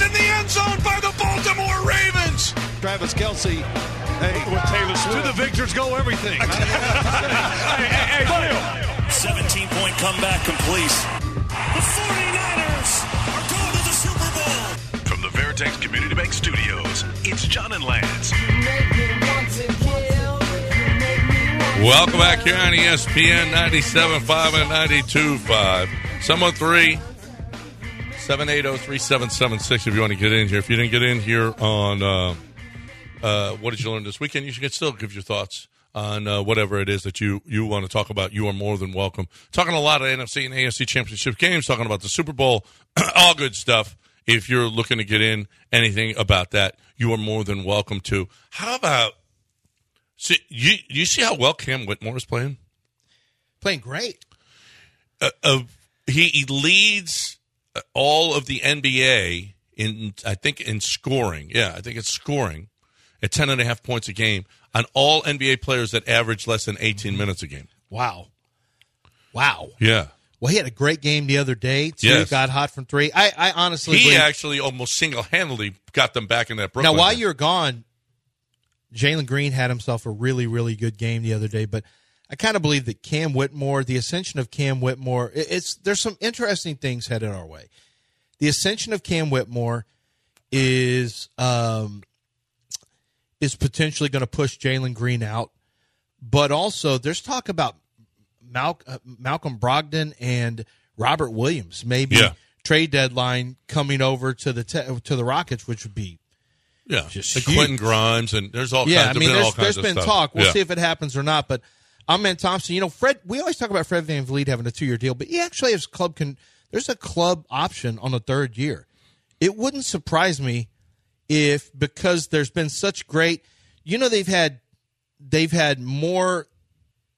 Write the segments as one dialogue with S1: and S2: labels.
S1: in the end zone by the Baltimore Ravens.
S2: Travis Kelsey. Hey, with Taylor Swift. To the victors go everything.
S3: 17 point comeback complete. The 49ers are going to the Super Bowl.
S4: From the Veritex Community Bank Studios, it's John and Lance.
S5: Welcome back here on E ESPN 97.5 and 92.5. oh 713 780 3776 if you want to get in here. If you didn't get in here on uh, uh, what did you learn this weekend, you should still give your thoughts on uh, whatever it is that you, you want to talk about. You are more than welcome. Talking a lot of NFC and AFC championship games, talking about the Super Bowl, all good stuff. If you're looking to get in anything about that, you are more than welcome to. How about See, you you see how well Cam Whitmore is playing.
S6: Playing great.
S5: Uh, uh, he, he leads uh, all of the NBA in I think in scoring. Yeah, I think it's scoring at ten and a half points a game on all NBA players that average less than
S6: Mm-hmm.
S5: eighteen minutes a game.
S6: Wow. Wow.
S5: Yeah,
S6: Well, he had a great game the other day, too.
S5: Yes.
S6: Got hot from three. I, I honestly
S5: he
S6: believe-
S5: actually almost single handedly got them back in that Brooklyn.
S6: Now, while
S5: game.
S6: you're gone, Jalen Green had himself a really, really good game the other day. But I kind of believe that Cam Whitmore, the ascension of Cam Whitmore, it- it's there's some interesting things headed our way. The ascension of Cam Whitmore is um, is potentially going to push Jalen Green out, but also there's talk about Mal- uh, Malcolm Brogdon and Robert Williams maybe
S5: Yeah.
S6: trade deadline coming over to the te- to the Rockets, which would be
S5: yeah,
S6: just
S5: the Quentin
S6: huge.
S5: Grimes and there's all
S6: yeah,
S5: kinds.
S6: I mean,
S5: been all
S6: there's,
S5: kinds
S6: there's
S5: of
S6: been
S5: stuff.
S6: talk. We'll
S5: Yeah.
S6: see if it happens or not. But I'm Matt Thompson. You know, Fred. We always talk about Fred Van VanVleet having a two year deal, but he actually has club can. There's a club option on the third year. It wouldn't surprise me if because there's been such great. You know, they've had they've had more.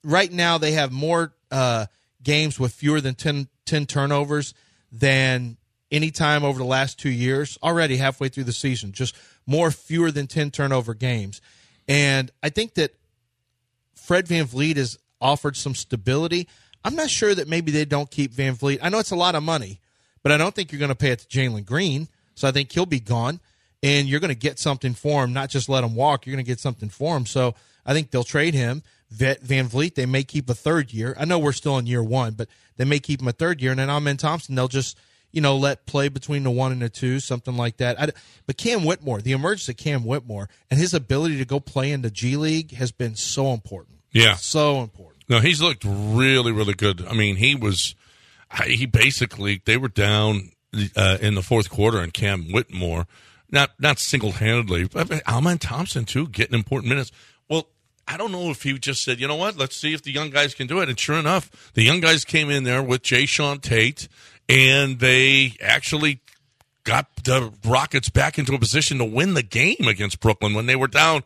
S6: Right now, they have more uh, games with fewer than 10, 10 turnovers than any time over the last two years. Already halfway through the season, just more fewer than ten turnover games, and I think that Fred Van Vliet has offered some stability. I'm not sure that maybe they don't keep Van Vliet. I know it's a lot of money, but I don't think you're going to pay it to Jalen Green. So I think he'll be gone and you're going to get something for him, not just let him walk. You're going to get something for him. So I think they'll trade him. Vet Van Vliet, they may keep a third year. I know we're still in year one, but they may keep him a third year. And then Amen Thompson, they'll just, you know, let play between the one and the two, something like that. I d but Cam Whitmore, the emergence of Cam Whitmore and his ability to go play in the G League has been so important.
S5: Yeah.
S6: So important.
S5: No, he's looked really, really good. I mean, he was, I- he basically they were down uh, in the fourth quarter, and Cam Whitmore, not not single handedly, but but Alman Thompson too, getting important minutes. Well, I don't know if he just said, you know what, let's see if the young guys can do it. And sure enough, the young guys came in there with Jay Sean Tate, and they actually got the Rockets back into a position to win the game against Brooklyn when they were down.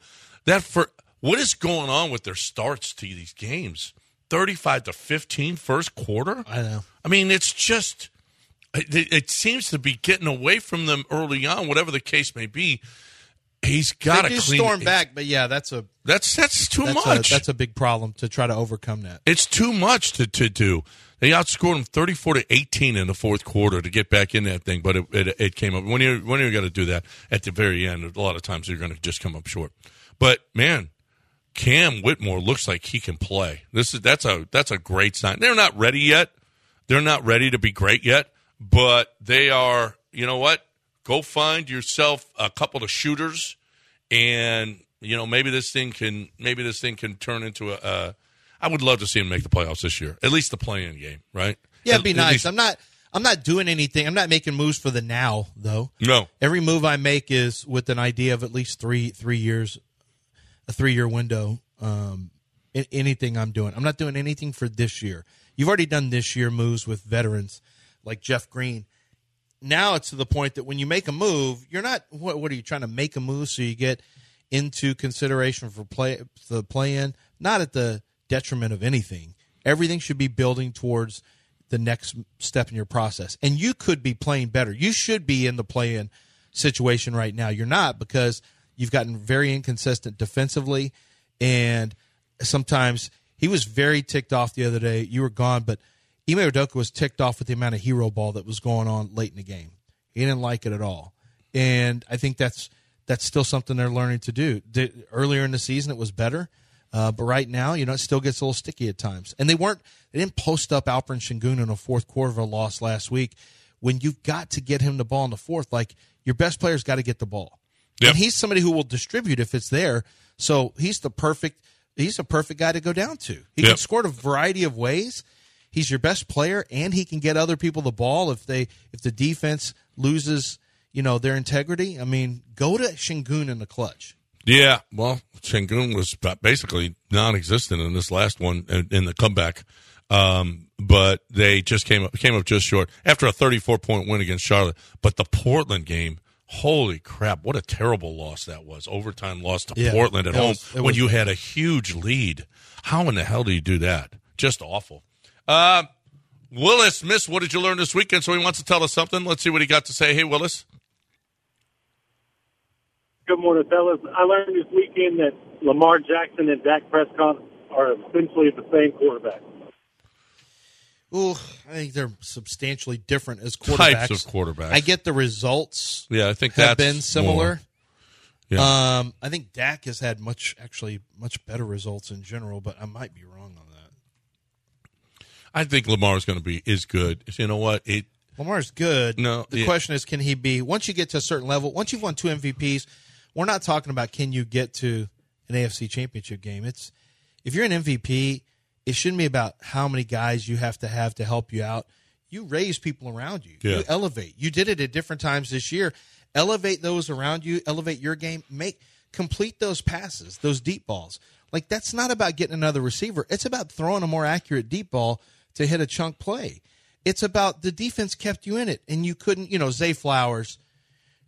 S5: That for what is going on with their starts to these games? Thirty-five to 15 first quarter.
S6: I know.
S5: I mean, it's just it, it seems to be getting away from them early on, whatever the case may be. He's got
S6: They
S5: to
S6: do
S5: clean
S6: storm back, but yeah, that's a
S5: That's that's too
S6: that's
S5: much.
S6: a that's a big problem to try to overcome that.
S5: It's too much to, to do. They outscored them thirty-four to eighteen in the fourth quarter to get back in that thing, but it, it, it came up. When you when you got to do that at the very end, a lot of times you're going to just come up short. But man, Cam Whitmore looks like he can play. This is that's a that's a great sign. They're not ready yet. They're not ready to be great yet, but they are. You know what? Go find yourself a couple of shooters and you know maybe this thing can maybe this thing can turn into a. Uh, I would love to see him make the playoffs this year, at least the play-in game, right?
S6: Yeah,
S5: At-
S6: it'd be
S5: at
S6: nice.
S5: least-
S6: I'm not I'm not doing anything. I'm not making moves for the now though.
S5: no,
S6: Every move I make is with an idea of at least three three years, a three year window. Um, in, anything I'm doing, I'm not doing anything for this year. You've already done this year moves with veterans like Jeff Green now it's to the point that when you make a move, you're not. What, what are you trying to make a move so you get into consideration for play the play in? Not at the detriment of anything. Everything should be building towards the next step in your process, and you could be playing better. You should be in the play in situation right now. You're not because you've gotten very inconsistent defensively, and sometimes he was very ticked off the other day. You were gone, but Ime Udoka was ticked off with the amount of hero ball that was going on late in the game. He didn't like it at all, and I think that's that's still something they're learning to do. The- earlier in the season, it was better, uh, but right now, you know, it still gets a little sticky at times. And they weren't they didn't post up Alper and Shingun in the fourth quarter of a loss last week. When you've got to get him the ball in the fourth, like your best player's got to get the ball,
S5: Yep.
S6: and he's somebody who will distribute if it's there. So he's the perfect he's a perfect guy to go down to. He can
S5: Yep.
S6: score in a variety of ways. He's your best player, and he can get other people the ball if they if the defense loses, you know, their integrity. I mean, go to Shingun in the clutch.
S5: Yeah, well, Shangun was ba- basically non-existent in this last one in, in the comeback, um, but they just came up came up just short after a 34 point win against Charlotte. But the Portland game, holy crap, what a terrible loss that was! Overtime loss to
S6: Yeah,
S5: Portland at
S6: that
S5: home
S6: was- it
S5: when
S6: was-
S5: you had a huge lead. How in the hell do you do that? Just awful. Uh, Willis, Miss, what did you learn this weekend? So he wants to tell us something. Let's see what he got to say. Hey, Willis.
S7: Good morning, fellas. I learned this weekend that Lamar Jackson and Dak Prescott are essentially the same quarterback.
S6: Ooh, I think they're substantially different as quarterbacks.
S5: Types of quarterbacks.
S6: I get the results
S5: Yeah, I think
S6: have
S5: that's
S6: been
S5: more-
S6: similar.
S5: Yeah.
S6: Um, I think Dak has had much actually much better results in general, but I might be wrong on that.
S5: I think Lamar's going to be is good. You know what? It
S6: Lamar's good.
S5: No,
S6: the
S5: yeah.
S6: question is, can he be? Once you get to a certain level, once you've won two MVPs, we're not talking about can you get to an AFC Championship game. It's if you're an MVP, it shouldn't be about how many guys you have to have to help you out. You raise people around you.
S5: Yeah.
S6: You elevate. You did it at different times this year. Elevate those around you. Elevate your game. Make complete those passes, those deep balls. Like that's not about getting another receiver. It's about throwing a more accurate deep ball to hit a chunk play. It's about the defense kept you in it and you couldn't, you know, Zay Flowers.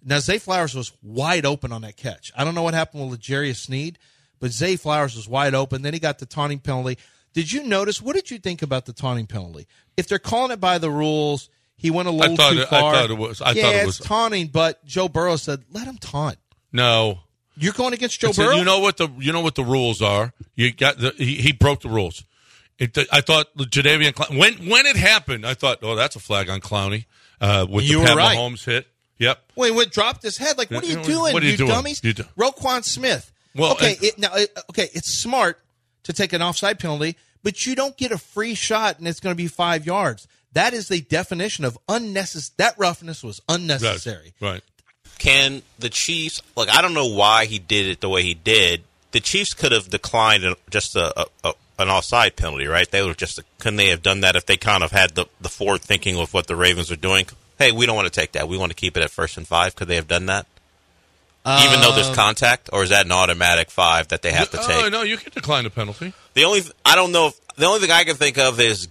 S6: Now Zay Flowers was wide open on that catch. I don't know what happened with Legarius Sneed, but Zay Flowers was wide open. Then he got the taunting penalty. Did you notice? What did you think about the taunting penalty? If they're calling it by the rules, he went a little
S5: thought
S6: too
S5: it- I
S6: far.
S5: thought it was- I
S6: yeah,
S5: thought it
S6: it's
S5: was-
S6: taunting, but Joe Burrow said, "Let him taunt."
S5: no.
S6: You're going against Joe
S5: It's a-
S6: Burrow.
S5: you know what the you know what the rules are. You got the, he, he broke the rules. It, I thought Jadavian Clown, when when it happened, I thought, oh, that's a flag on Clowney uh, with
S6: You
S5: the
S6: were
S5: Pat
S6: right.
S5: Mahomes hit. Yep.
S6: Wait, what dropped his head? Like, what are you
S5: Yeah,
S6: doing?
S5: what are you doing?
S6: dummies?
S5: You do-
S6: Roquan Smith.
S5: Well,
S6: okay,
S5: and-
S6: it, now it, okay, it's smart to take an offside penalty, but you don't get a free shot, and it's going to be five yards. That is the definition of unnecessary. That roughness was unnecessary.
S5: Right.
S8: can the Chiefs look? I don't know why he did it the way he did. The Chiefs could have declined an- just a, a, a an offside penalty, right? They were just couldn't they have done that if they kind of had the the forward thinking of what the Ravens were doing? Hey, we don't want to take that. We want to keep it at first and five. Could they have done that? Even though there's contact, or is that an automatic five that they have to take?
S5: Oh no, you can decline the penalty.
S8: The only th- I don't know. If, the only thing I can think of is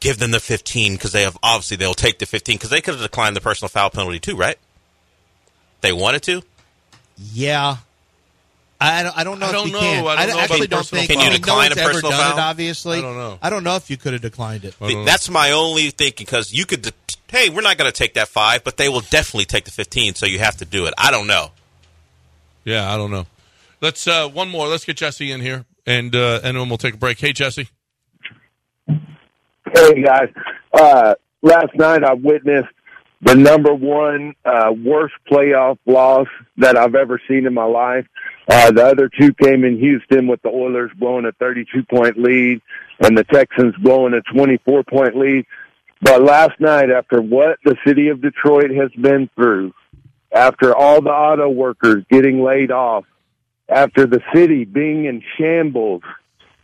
S8: give them the 15 because they have obviously they'll take the 15 because they could have declined the personal foul penalty too, right? They wanted to.
S6: Yeah. I don't, I don't know
S5: I
S6: if
S5: don't
S6: you
S5: know.
S6: can.
S5: I don't know
S6: actually
S5: about
S6: don't
S5: personal
S6: think.
S8: foul. Can you
S6: I mean,
S8: decline
S6: no one's
S8: a
S6: ever
S8: personal
S6: done it,
S8: foul?
S6: obviously.
S5: I don't know.
S6: I don't know if you could have declined it.
S5: I don't know.
S8: That's my only thinking because you could. Hey, we're not going to take that five, but they will definitely take the 15, so you have to do it. I don't know.
S5: Yeah, I don't know. Let's uh, one more. Let's get Jesse in here, and uh, and then we'll take a break. Hey, Jesse.
S9: Hey guys, uh, last night I witnessed the number one uh, worst playoff loss that I've ever seen in my life. Uh, the other two came in Houston with the Oilers blowing a 32 point lead and the Texans blowing a 24 point lead. But last night, after what the city of Detroit has been through, after all the auto workers getting laid off, after the city being in shambles,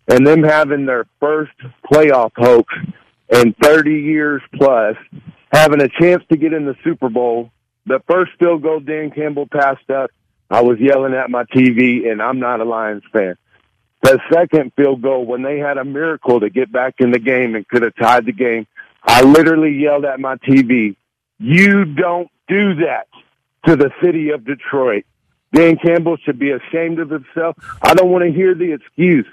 S9: and them having their first playoff hoax in 30 years plus, having a chance to get in the Super Bowl, the first field goal Dan Campbell passed up, I was yelling at my TV, and I'm not a Lions fan. The second field goal, when they had a miracle to get back in the game and could have tied the game, I literally yelled at my TV, You don't do that to the city of Detroit. Dan Campbell should be ashamed of himself. I don't want to hear the excuse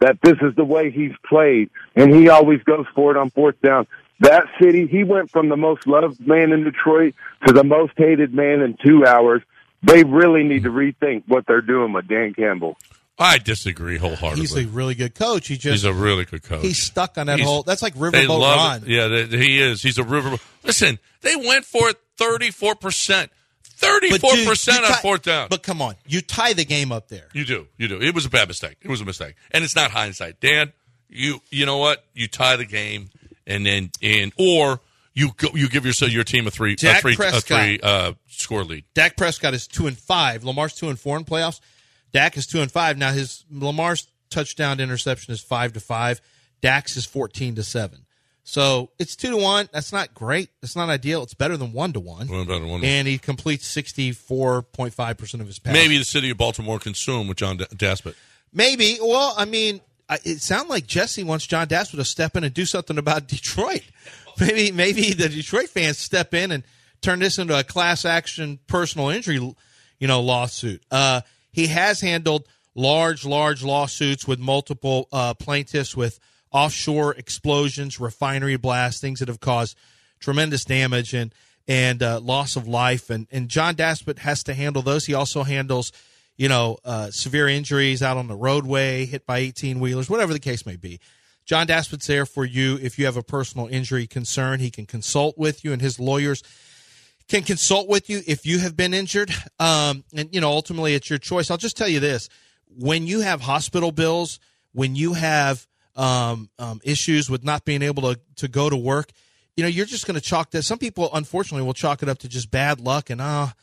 S9: that this is the way he's played and he always goes for it on fourth down. That city, he went from the most loved man in Detroit to the most hated man in two hours. They really need to rethink what they're doing with Dan Campbell.
S5: I disagree wholeheartedly.
S6: He's
S5: He's
S6: a
S5: a,
S6: really good coach. He just
S5: really good coach.
S6: he's stuck on that
S5: He's-
S6: whole. That's like
S5: They
S6: riverboat
S5: love
S6: Ron.
S5: it. Yeah, they, he is. He's a river. Listen, they went for it 34%. 34%
S6: But dude, you
S5: on
S6: tie-
S5: fourth down.
S6: But come on, you tie the game up there.
S5: You do. You do. It was a bad mistake. It was a mistake. And it's not hindsight. Dan, you you know what? You tie the game and then and or you go, you give yourself your team a three a
S6: Dak
S5: three a
S6: Prescott.
S5: three uh, score lead.
S6: Dak Prescott is two and five. Lamar's two and four in playoffs. Dak is two and five. Now his Lamar's touchdown to interception is five to five. Dak's is fourteen to seven. So it's two to one. That's not great. That's not ideal. It's better than one to one.
S5: Well, about a one-
S6: And he completes sixty four point five percent of his passes.
S5: Maybe the city of Baltimore can sue him with John D- Daspit.
S6: maybe. Well, I mean, I- it sounded like Jesse wants John Daspit to step in and do something about Detroit. Maybe, maybe the Detroit fans step in and turn this into a class action personal injury, you know, lawsuit. Uh, he has handled large, large lawsuits with multiple uh, plaintiffs with offshore explosions, refinery blasts, things that have caused tremendous damage and and uh, loss of life. And and John Daspit has to handle those. He also handles, you know, uh, severe injuries out on the roadway, hit by eighteen wheelers, whatever the case may be. John Daspit's there for you if you have a personal injury concern. He can consult with you, and his lawyers can consult with you if you have been injured. Um, and you know, ultimately, it's your choice. I'll just tell you this: when you have hospital bills, when you have um, um, issues with not being able to to go to work, you know, you're just going to chalk that. Some people, unfortunately, will chalk it up to just bad luck and ah.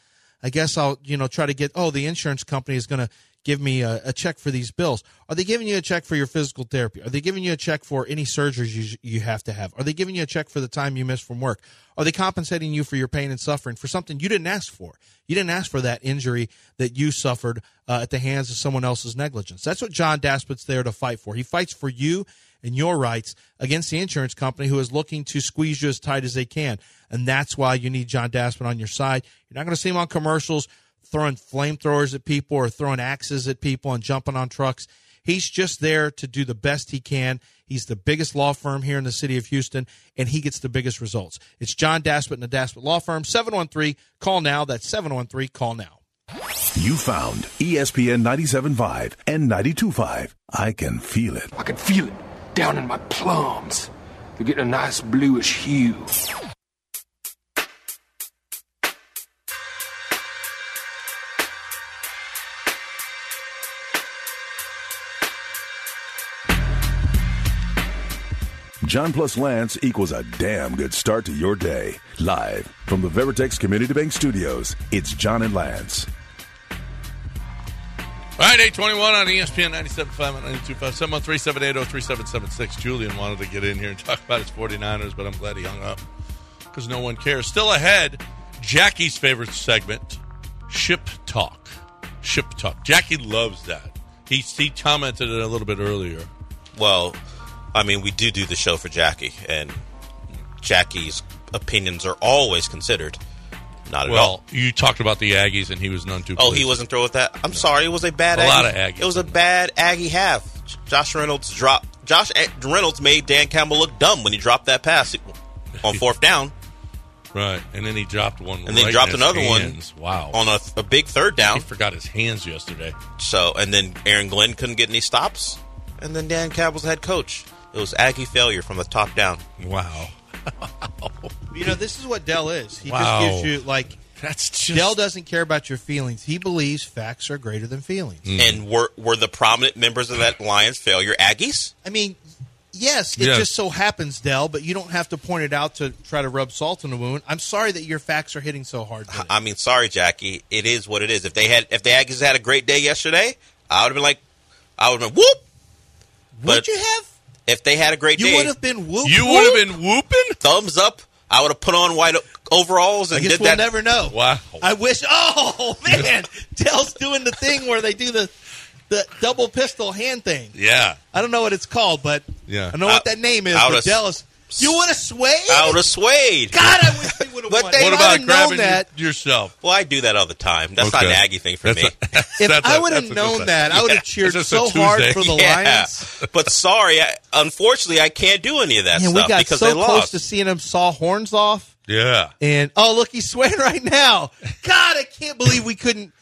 S6: I guess I'll, you know, try to get, oh, the insurance company is going to give me a, a check for these bills. Are they giving you a check for your physical therapy? Are they giving you a check for any surgeries you, you have to have? Are they giving you a check for the time you missed from work? Are they compensating you for your pain and suffering for something you didn't ask for? You didn't ask for that injury that you suffered uh, at the hands of someone else's negligence. That's what John Daspit's there to fight for. He fights for you and your rights against the insurance company who is looking to squeeze you as tight as they can. And that's why you need John Daspin on your side. You're not going to see him on commercials throwing flamethrowers at people or throwing axes at people and jumping on trucks. He's just there to do the best he can. He's the biggest law firm here in the city of Houston, and he gets the biggest results. It's John Daspit and the Daspit Law Firm, 713. Call now. That's 713. Call now.
S4: You found E ESPN 97.5 and 92.5. I can feel it.
S10: I can feel it down in my plums. They're getting a nice bluish hue.
S4: John plus Lance equals a damn good start to your day. Live from the Veritex Community Bank Studios, it's John and Lance.
S5: All right, 821 on E ESPN 97.5 and 925 713-780-3776. Julian wanted to get in here and talk about his 49ers, but I'm glad he hung up because no one cares. Still ahead, Jackie's favorite segment, Ship Talk. Ship Talk. Jackie loves that. He, he commented it a little bit earlier.
S8: Well, I mean, we do do the show for Jackie, and Jackie's opinions are always considered. Not at all.
S5: Well, you talked about the Aggies, and he was none too
S8: Oh, he
S5: pleased.
S8: wasn't through with that. I'm sorry. It was a bad.
S5: A
S8: Aggie.
S5: lot of Aggies.
S8: It was a bad Aggie half. J- Josh Reynolds dropped. Josh A- Reynolds made Dan Campbell look dumb when he dropped that pass on fourth down,
S5: Right, and then he dropped one.
S8: and then
S5: right
S8: dropped
S5: in his
S8: another
S5: hands.
S8: one.
S5: Wow.
S8: on a, a big third
S5: he
S8: down.
S5: forgot his hands yesterday.
S8: So, and then Aaron Glenn couldn't get any stops, and then Dan Campbell's the head coach. It was Aggie failure from the top down.
S5: Wow.
S6: You know, this is what Dell is. He
S5: Wow.
S6: just gives you, like,
S5: That's just...
S6: Dell doesn't care about your feelings. He believes facts are greater than feelings.
S8: And were were the prominent members of that Lions failure Aggies?
S6: I mean, yes, it
S5: Yes.
S6: just so happens, Dell, but you don't have to point it out to try to rub salt in the wound. I'm sorry that your facts are hitting so hard. today.
S5: Uh,
S8: I mean, sorry, Jackie. It is what it is. If they had, if the Aggies had a great day yesterday, I would have been like, I would have been whoop.
S6: would
S8: but-
S6: you have?
S8: If they had a great
S6: You
S8: day,
S6: would have been whoop.
S5: You would have been whooping?
S8: thumbs up. I would have put on white overalls and
S6: I guess
S8: did
S6: we'll
S8: that.
S6: never know.
S5: Wow.
S6: I wish. Oh man, Dell's doing the thing where they do the the double pistol hand thing.
S5: Yeah.
S6: I don't know what it's called, but
S5: Yeah.
S6: I know what that name is.
S8: I
S6: But
S8: would've
S6: Dell is You would have swayed.
S8: I would have swayed.
S6: God, I wish they would have.
S8: But
S6: won.
S8: they
S6: If
S5: What
S6: I'd have
S5: about
S6: known
S5: grabbing your-
S6: that?
S5: yourself?
S8: Well, I do that all the time. That's not
S5: Okay.
S8: an Aggie thing for
S5: That's
S8: me.
S5: a-
S6: If
S5: that's a-
S6: I would have
S5: that's a-
S6: known that, I would have cheered
S5: It's just
S6: so
S5: a
S6: hard
S5: Tuesday.
S6: for the
S8: yeah,
S6: Lions.
S8: but sorry, I, unfortunately, I can't do any of that
S6: And we
S8: stuff
S6: got
S8: because
S6: so
S8: they
S6: close
S8: lost.
S6: to seeing him saw horns off.
S5: Yeah.
S6: And oh, look, he's sweating right now. God, I can't believe we couldn't.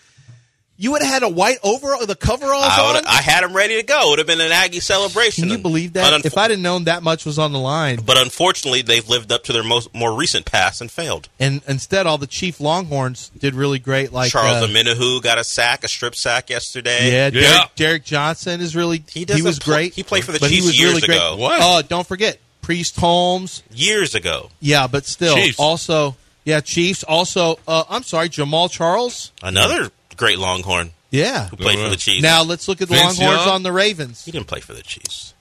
S6: You would have had a white overall, the coveralls
S8: I,
S6: on.
S8: would, I had them ready to go. It would have been an Aggie celebration.
S6: Can you believe that?
S8: But, unf-
S6: if I'd have known that much was on the line,
S8: but unfortunately, they've lived up to their most more recent past and failed.
S6: and instead all the Chief Longhorns did really great. Like
S8: Charles
S6: uh,
S8: Aminahu got a sack, a strip sack yesterday.
S6: Yeah, Derek,
S5: Yeah.
S6: Derek Johnson is really
S8: He
S6: he,
S8: doesn't
S6: was
S8: pl-
S6: great.
S8: he played for the
S6: but he
S8: Chiefs
S6: was
S8: years
S6: really great.
S8: ago.
S5: What?
S6: Oh, don't forget Priest Holmes.
S8: years ago.
S6: Yeah, but still,
S5: Chiefs.
S6: also yeah, Chiefs. Also, uh, I'm sorry, Jamal Charles.
S8: Another great Longhorn
S6: Yeah.
S8: who played for the Chiefs.
S6: Now let's look at the
S5: Vince
S6: Longhorns
S5: Young.
S6: on the Ravens.
S8: he didn't play for the Chiefs.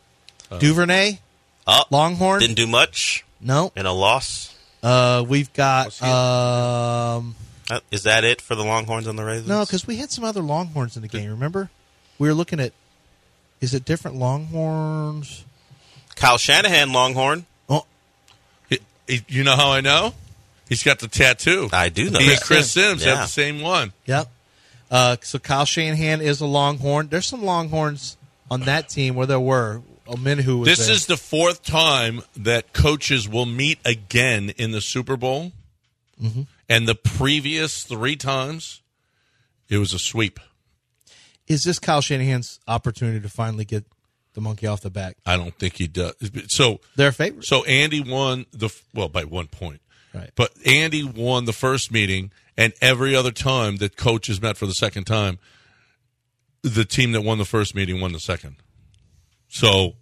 S6: Duvernay,
S8: Up,
S6: Longhorn.
S8: Uh, didn't do much
S6: no,
S8: in a loss.
S6: uh, we've got um,
S8: Uh, Is that it for the Longhorns on the Ravens?
S6: no because we had some other Longhorns in the game. Remember, we were looking at is it different Longhorns?
S8: Kyle Shanahan Longhorn.
S6: Oh,
S5: He- he- you know how I know? He's got the tattoo.
S8: I do know
S5: He and
S8: that.
S5: Chris Sims
S8: Yeah.
S5: have the same one.
S6: Yep. Uh, so Kyle Shanahan is a Longhorn. There's some Longhorns on that team where there were a men who was
S5: This
S6: there.
S5: is the fourth time that coaches will meet again in the Super Bowl,
S6: Mm-hmm.
S5: and the previous three times, it was a sweep.
S6: is this Kyle Shanahan's opportunity to finally get the monkey off the back?
S5: I don't think he does. So,
S6: Their favorite.
S5: so Andy won the f- well by one point,
S6: Right.
S5: but Andy won the first meeting, and every other time that coaches met for the second time, the team that won the first meeting won the second. So,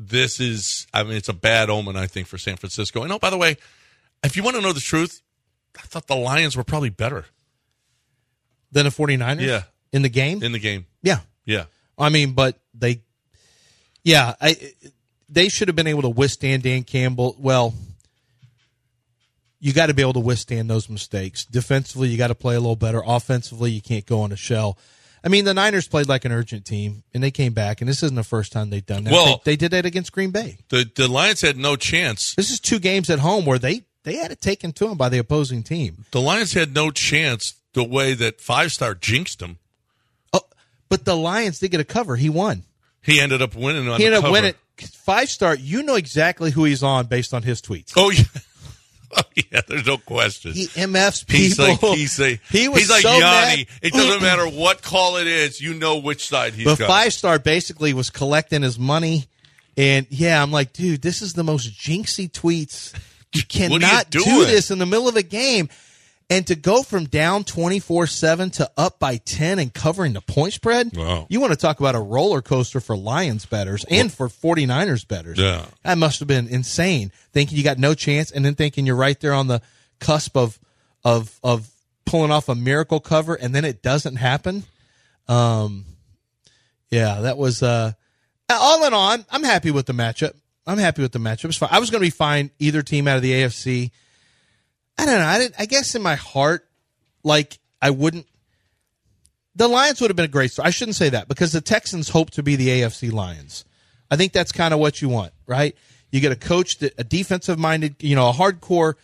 S5: this is I mean it's a bad omen I think for San Francisco. And oh, by the way, if you want to know the truth, I thought the Lions were probably better
S6: Then the 49ers?
S5: Yeah.
S6: In the game?
S5: in the game.
S6: yeah.
S5: Yeah,
S6: I mean, but they, yeah, I, they should have been able to withstand Dan Campbell. Well, you got to be able to withstand those mistakes. Defensively, you got to play a little better. Offensively, you can't go on a shell. I mean, the Niners played like an urgent team, and they came back, and this isn't the first time they've done that.
S5: Well-
S6: they, they did that against Green Bay.
S5: the the Lions had no chance
S6: This is two games at home where they they had it taken to them by the opposing team.
S5: The Lions had no chance the way that five star jinxed him.
S6: Oh, but the Lions did get a cover. He won.
S5: He ended up winning on
S6: He
S5: the
S6: ended up
S5: cover.
S6: winning. Five star. You know exactly who he's on based on his tweets.
S5: Oh yeah. oh yeah, there's no question.
S6: He MFs people.
S5: He's like he's a,
S6: he was
S5: he's like
S6: so
S5: Yanni.
S6: mad.
S5: It doesn't matter what call it is, you know which side he's
S6: But
S5: got.
S6: five star basically was collecting his money, and yeah, I'm like, dude, this is the most jinxy tweets. You
S5: What are you
S6: cannot do
S5: doing?
S6: this in the middle of a game, and to go from down twenty four seven to up by ten and covering the point spread.
S5: Wow.
S6: You want to talk about a roller coaster for Lions betters and for 49ers betters.
S5: Yeah.
S6: That must have been insane. Thinking you got no chance and then thinking you're right there on the cusp of of of pulling off a miracle cover and then it doesn't happen. Um yeah, that was uh all in all, I'm, I'm happy with the matchup. I'm happy with the matchup. It's fine. I was going to be fine either team out of the AFC. I don't know. I didn't, I guess in my heart, like I wouldn't. The Lions would have been a great story. I shouldn't say that because the Texans hope to be the AFC Lions. I think that's kind of what you want, right? You get a coach that a defensive minded, you know, a hardcore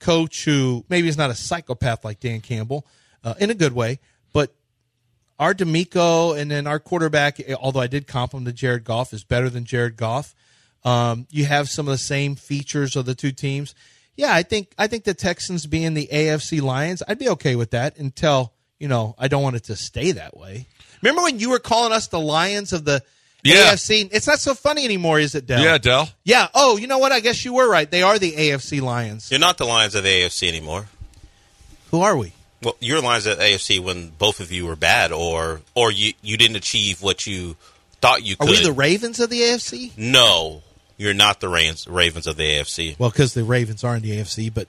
S6: coach who maybe is not a psychopath like Dan Campbell, uh, in a good way, but our D'Amico and then our quarterback, although I did compliment Jared Goff, is better than Jared Goff. Um, you have some of the same features of the two teams. Yeah, I think I think the Texans being the AFC Lions, I'd be okay with that until you know I don't want it to stay that way. Remember when you were calling us the Lions of the
S5: Yeah.
S6: AFC? It's not so funny anymore, is it, Dell?
S5: yeah, Dell.
S6: Yeah. Oh, you know what? I guess you were right. They are the AFC Lions.
S8: You're not the Lions of the AFC anymore.
S6: Who are we?
S8: Well, your lines at AFC when both of you were bad, or or you you didn't achieve what you thought you
S6: Are
S8: could.
S6: we the Ravens of the AFC?
S8: no, you're not the Ravens, Ravens of the AFC.
S6: Well, because the Ravens are in the AFC, but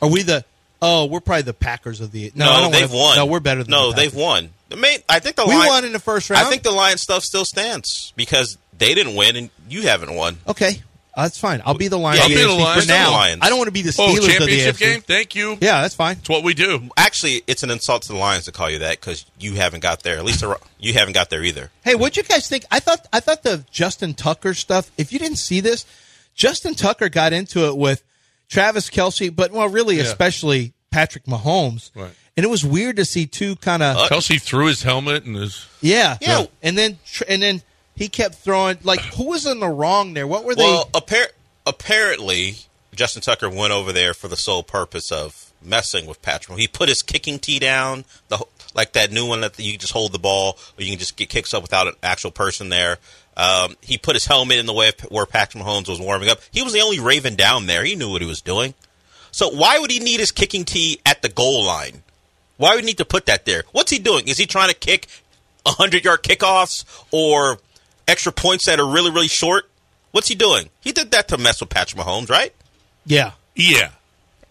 S6: are we the? Oh, we're probably the Packers of the. No, I don't
S8: they've
S6: wanna-
S8: won.
S6: No, we're better than.
S8: No,
S6: the
S8: they've
S6: Packers.
S8: won. The main, I think the
S6: We
S8: Lions,
S6: won in the first round?
S8: I think the Lions stuff still stands because they didn't win and you haven't won.
S6: Okay, that's fine. I'll be the Lions.
S8: I'll
S6: of
S8: be the
S6: AFC
S8: Lions.
S6: for now.
S8: Lions.
S6: I don't want to be the
S5: Oh,
S6: Steelers of the
S5: championship
S6: AFC.
S5: game. Thank you.
S6: Yeah, that's fine.
S5: It's what we do.
S8: Actually, it's an insult to the Lions to call you that because you haven't got there. At least ar- you haven't got there either.
S6: Hey, what you guys think? I thought I thought the Justin Tucker stuff. If you didn't see this, Justin Tucker got into it with Travis Kelsey, but well, really,
S5: Yeah.
S6: especially Patrick Mahomes.
S5: Right.
S6: And it was weird to see two kind
S8: Oh,
S6: of
S8: Uh,
S5: Kelsey threw his helmet and his.
S6: yeah,
S8: Yeah.
S6: and then tr- and then he kept throwing like who was in the wrong there? What were they?
S8: Well, appar- apparently, Justin Tucker went over there for the sole purpose of messing with Patrick. He put his kicking tee down, the ho- like that new one that you can just hold the ball, or you can just get kicks up without an actual person there. Um, he put his helmet in the way of p- where Patrick Mahomes was warming up. He was the only Raven down there. He knew what he was doing. So why would he need his kicking tee at the goal line? Why would he need to put that there? What's he doing? Is he trying to kick 100 yard kickoffs or extra points that are really, really short? What's he doing? He did that to mess with Patrick Mahomes, right?
S6: yeah,
S5: Yeah.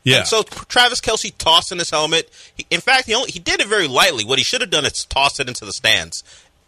S5: Yeah.
S8: So Travis Kelsey tossed in his helmet. He, in fact, he, only, he did it very lightly. What he should have done is toss it into the stands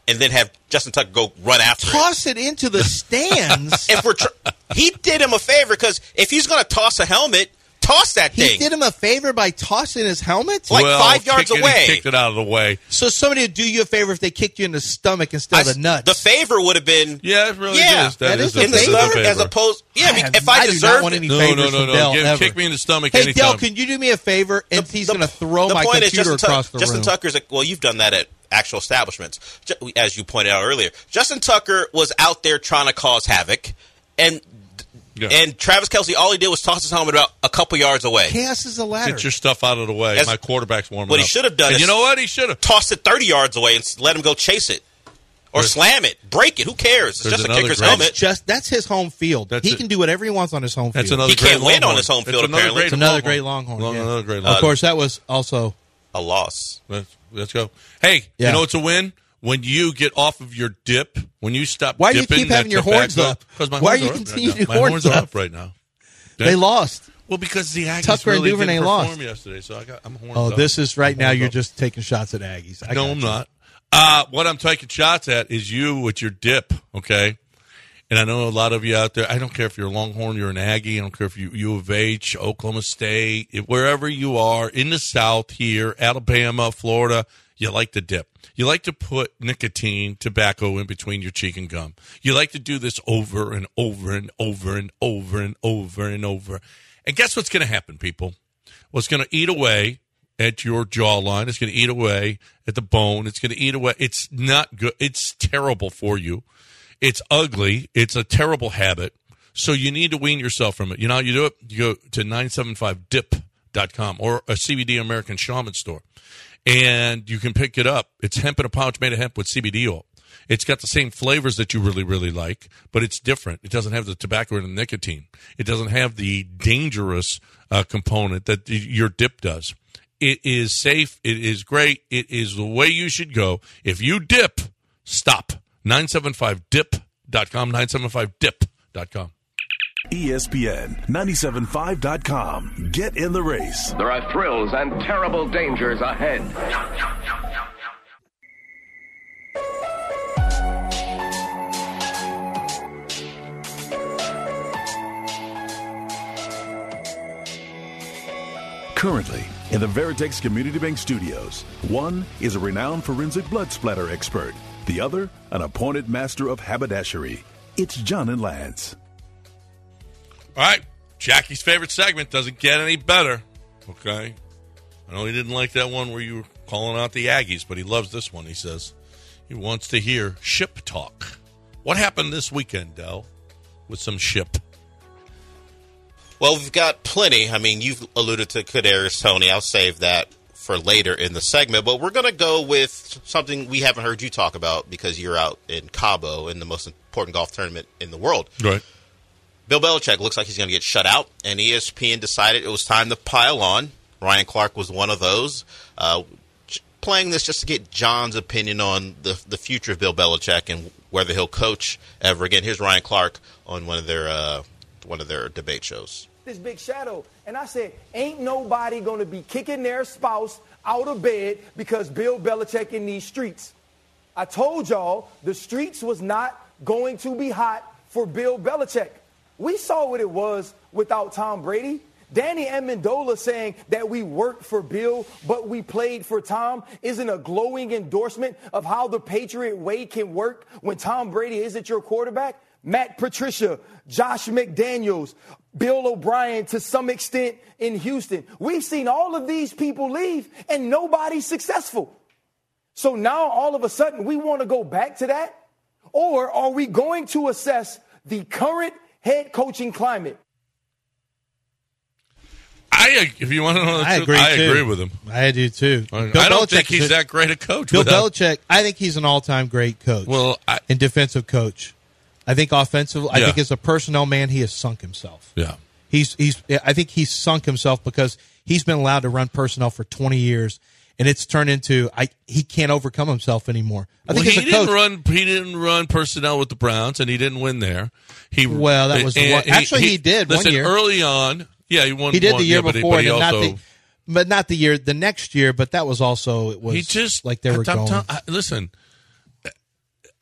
S8: and then have Justin Tucker go run after it.
S6: toss it into the stands.
S8: If we're tr- he did him a favor because if he's going to toss a helmet, toss that
S6: he
S8: thing.
S6: did him a favor by tossing his helmet.
S8: Like five yards
S5: kick it, he
S8: away.
S5: kicked it out of the way.
S6: so somebody would do you a favor if they kicked you in the stomach instead
S8: I
S6: of
S8: s-
S6: the nuts.
S8: The favor would have been
S5: Yeah, it really
S8: Yeah,
S5: is.
S6: that
S5: That,
S6: is
S5: a,
S6: a
S8: in the
S5: that is a
S6: favor.
S8: stomach as
S5: favor.
S8: opposed. Yeah,
S6: I
S8: be-
S6: have-
S8: if I,
S6: I do not
S8: deserved
S6: want
S8: it,
S6: any
S5: No,
S6: favors
S5: no, no,
S6: from
S5: no.
S6: Dell,
S5: Give-
S6: ever.
S5: kick me in the stomach
S6: Hey,
S5: anytime.
S6: Dell, can you do me a favor? And he's going to throw
S8: the
S6: my
S8: point is
S6: computer
S8: Justin Tuck-
S6: across the
S8: Justin
S6: room.
S8: Tucker's like, well, you've done that at actual establishments, Ju- as you pointed out earlier. Justin Tucker was out there trying to cause havoc, and
S5: Yeah.
S8: and Travis Kelsey, all he did was toss his helmet about a couple yards away.
S6: Chaos is a ladder.
S5: Get your stuff out of the way.
S8: That's-
S5: My quarterback's warming
S8: What he
S5: up.
S8: should have done
S5: And
S8: is-
S5: you know what? He should have.
S8: Tossed it thirty yards away and s- let him go chase it or
S5: There's-
S8: slam it, break it. Who cares? It's
S5: There's
S8: just a
S5: another
S8: kicker's
S5: great-
S6: That's
S8: helmet.
S6: just that's his home field.
S5: That's
S6: he
S5: it.
S6: can do whatever he wants on his home
S5: That's
S6: field.
S5: another.
S8: He
S5: great
S8: can't win on
S5: Longhorn.
S8: his home
S5: It's
S8: field,
S5: another
S8: apparently. Uh,
S5: Great
S8: It's
S6: another great Longhorn.
S5: Long-
S6: yeah.
S5: Another great
S6: Of
S5: Longhorn.
S6: course, that was also
S8: A loss.
S5: Let's, let's go. Hey,
S6: Yeah.
S5: you know it's a win when you get off of your dip. When you stop.
S6: Why do you
S5: dipping
S6: keep having
S5: that
S6: your
S5: tobacco-
S6: horns up?
S5: 'Cause my
S6: Why
S5: horns
S6: are you
S5: up right
S6: continuing
S5: now.
S6: your
S5: My
S6: horns
S5: horns are
S6: up?
S5: up right now?
S6: they lost.
S5: Well, because the Aggies
S6: Tucker and
S5: really
S6: Duvernay
S5: didn't
S6: lost.
S5: perform yesterday, so I got, I'm horns
S6: Oh,
S5: up.
S6: this is right
S5: I'm
S6: now.
S5: horns
S6: You're
S5: up.
S6: just taking shots at Aggies. I
S5: no,
S6: got
S5: I'm
S6: you.
S5: not. Uh, what I'm taking shots at is you with your dip, okay? And I know a lot of you out there. I don't care if you're a Longhorn, you're an Aggie. I don't care if you U of H, Oklahoma State, if- wherever you are in the South here, Alabama, Florida. You like to dip. You like to put nicotine, tobacco in between your cheek and gum. You like to do this over and over and over and over and over and over. And guess what's going to happen, people? Well, it's going to eat away at your jawline. It's going to eat away at the bone. It's going to eat away. It's not good. It's terrible for you. It's ugly. It's a terrible habit. So you need to wean yourself from it. You know how you do it? You go to 975dip.com or a CBD American Shaman store and you can pick it up. It's hemp in a pouch made of hemp with CBD oil. It's got the same flavors that you really, really like, but it's different. It doesn't have the tobacco and the nicotine. It doesn't have the dangerous uh, component that y- your dip does. It is safe. It is great. It is the way you should go. If you dip, stop. 975dip.com, 975dip.com.
S4: ESPN 975.com. Get in the race.
S10: There are thrills and terrible dangers ahead.
S4: Currently, in the Veritex Community Bank Studios, one is a renowned forensic blood splatter expert, the other, an appointed master of haberdashery. It's John and Lance.
S5: All right. Jackie's favorite segment doesn't get any better. Okay. I know he didn't like that one where you were calling out the Aggies, but he loves this one. He says he wants to hear ship talk. What happened this weekend, Dell, with some ship?
S8: Well, we've got plenty. I mean, you've alluded to Kadarius Tony. I'll save that for later in the segment. But we're going to go with something we haven't heard you talk about because you're out in Cabo in the most important golf tournament in the world.
S5: Right.
S8: Bill Belichick looks like he's going to get shut out, and E ESPN decided it was time to pile on. Ryan Clark was one of those. Uh, j- playing this just to get John's opinion on the, the future of Bill Belichick and whether he'll coach ever again. Here's Ryan Clark on one of their uh, one of their debate shows.
S11: this big shadow. And I said, ain't nobody going to be kicking their spouse out of bed because Bill Belichick in these streets. I told y'all the streets was not going to be hot for Bill Belichick. We saw what it was without Tom Brady. Danny Amendola saying that we worked for Bill, but we played for Tom isn't a glowing endorsement of how the Patriot way can work when Tom Brady isn't your quarterback. Matt Patricia, Josh McDaniels, Bill O'Brien to some extent in Houston. We've seen all of these people leave and nobody's successful. So now all of a sudden we want to go back to that? Or are we going to assess the current head coaching climate?
S5: I uh, if you want to know, the
S6: I
S5: truth,
S6: agree.
S5: I
S6: too.
S5: agree with him.
S6: I do too.
S5: I don't think he's that great a coach.
S6: Bill
S5: without-
S6: Belichick, I think he's an all-time great coach.
S5: Well, I-
S6: and defensive coach. I think offensively, I
S5: Yeah.
S6: think as a personnel man, he has sunk himself.
S5: Yeah.
S6: He's he's I think he's sunk himself because he's been allowed to run personnel for 20 years and it's turned into I he can't overcome himself anymore. I think
S5: Well,
S6: as
S5: he
S6: a coach
S5: didn't run. He didn't run personnel with the Browns, and he didn't win there. He
S6: Well, that was the
S5: and
S6: one- actually, he did one
S5: Listen,
S6: year.
S5: early on, yeah, he won.
S6: he did
S5: one,
S6: the year
S5: yeah, but he-
S6: before
S5: but he,
S6: and
S5: also,
S6: not the but not the year the next year, but that was also it was
S5: he just
S6: like they
S5: I-
S6: were
S5: I'm
S6: going.
S5: tell- I- listen,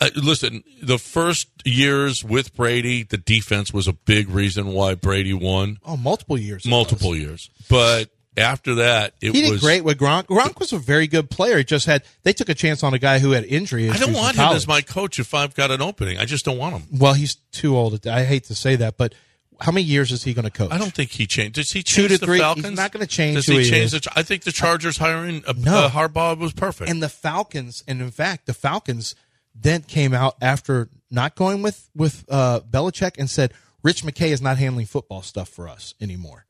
S5: uh, listen. The first years with Brady, the defense was a big reason why Brady won
S6: oh, multiple years. it
S5: multiple
S6: was.
S5: years. But after that, it
S6: He did
S5: was
S6: great with Gronk. Gronk was a very good player. He just had they took a chance on a guy who had injury
S5: I
S6: issues.
S5: don't
S6: in
S5: want him
S6: college.
S5: as my coach if I've got an opening. I just don't want him.
S6: Well, he's too old. I hate to say that, but how many years is he going to coach?
S5: I don't think he changed. Does he
S6: Two
S5: change
S6: to
S5: the
S6: three. He's
S5: Falcons?
S6: not gonna change
S5: Does
S6: who
S5: he
S6: he
S5: change
S6: is.
S5: the? Char- I think the Chargers hiring uh,
S6: No.
S5: uh, Harbaugh was perfect.
S6: And the Falcons, and in fact, the Falcons then came out after not going with with uh, Belichick and said Rich McKay is not handling football stuff for us anymore.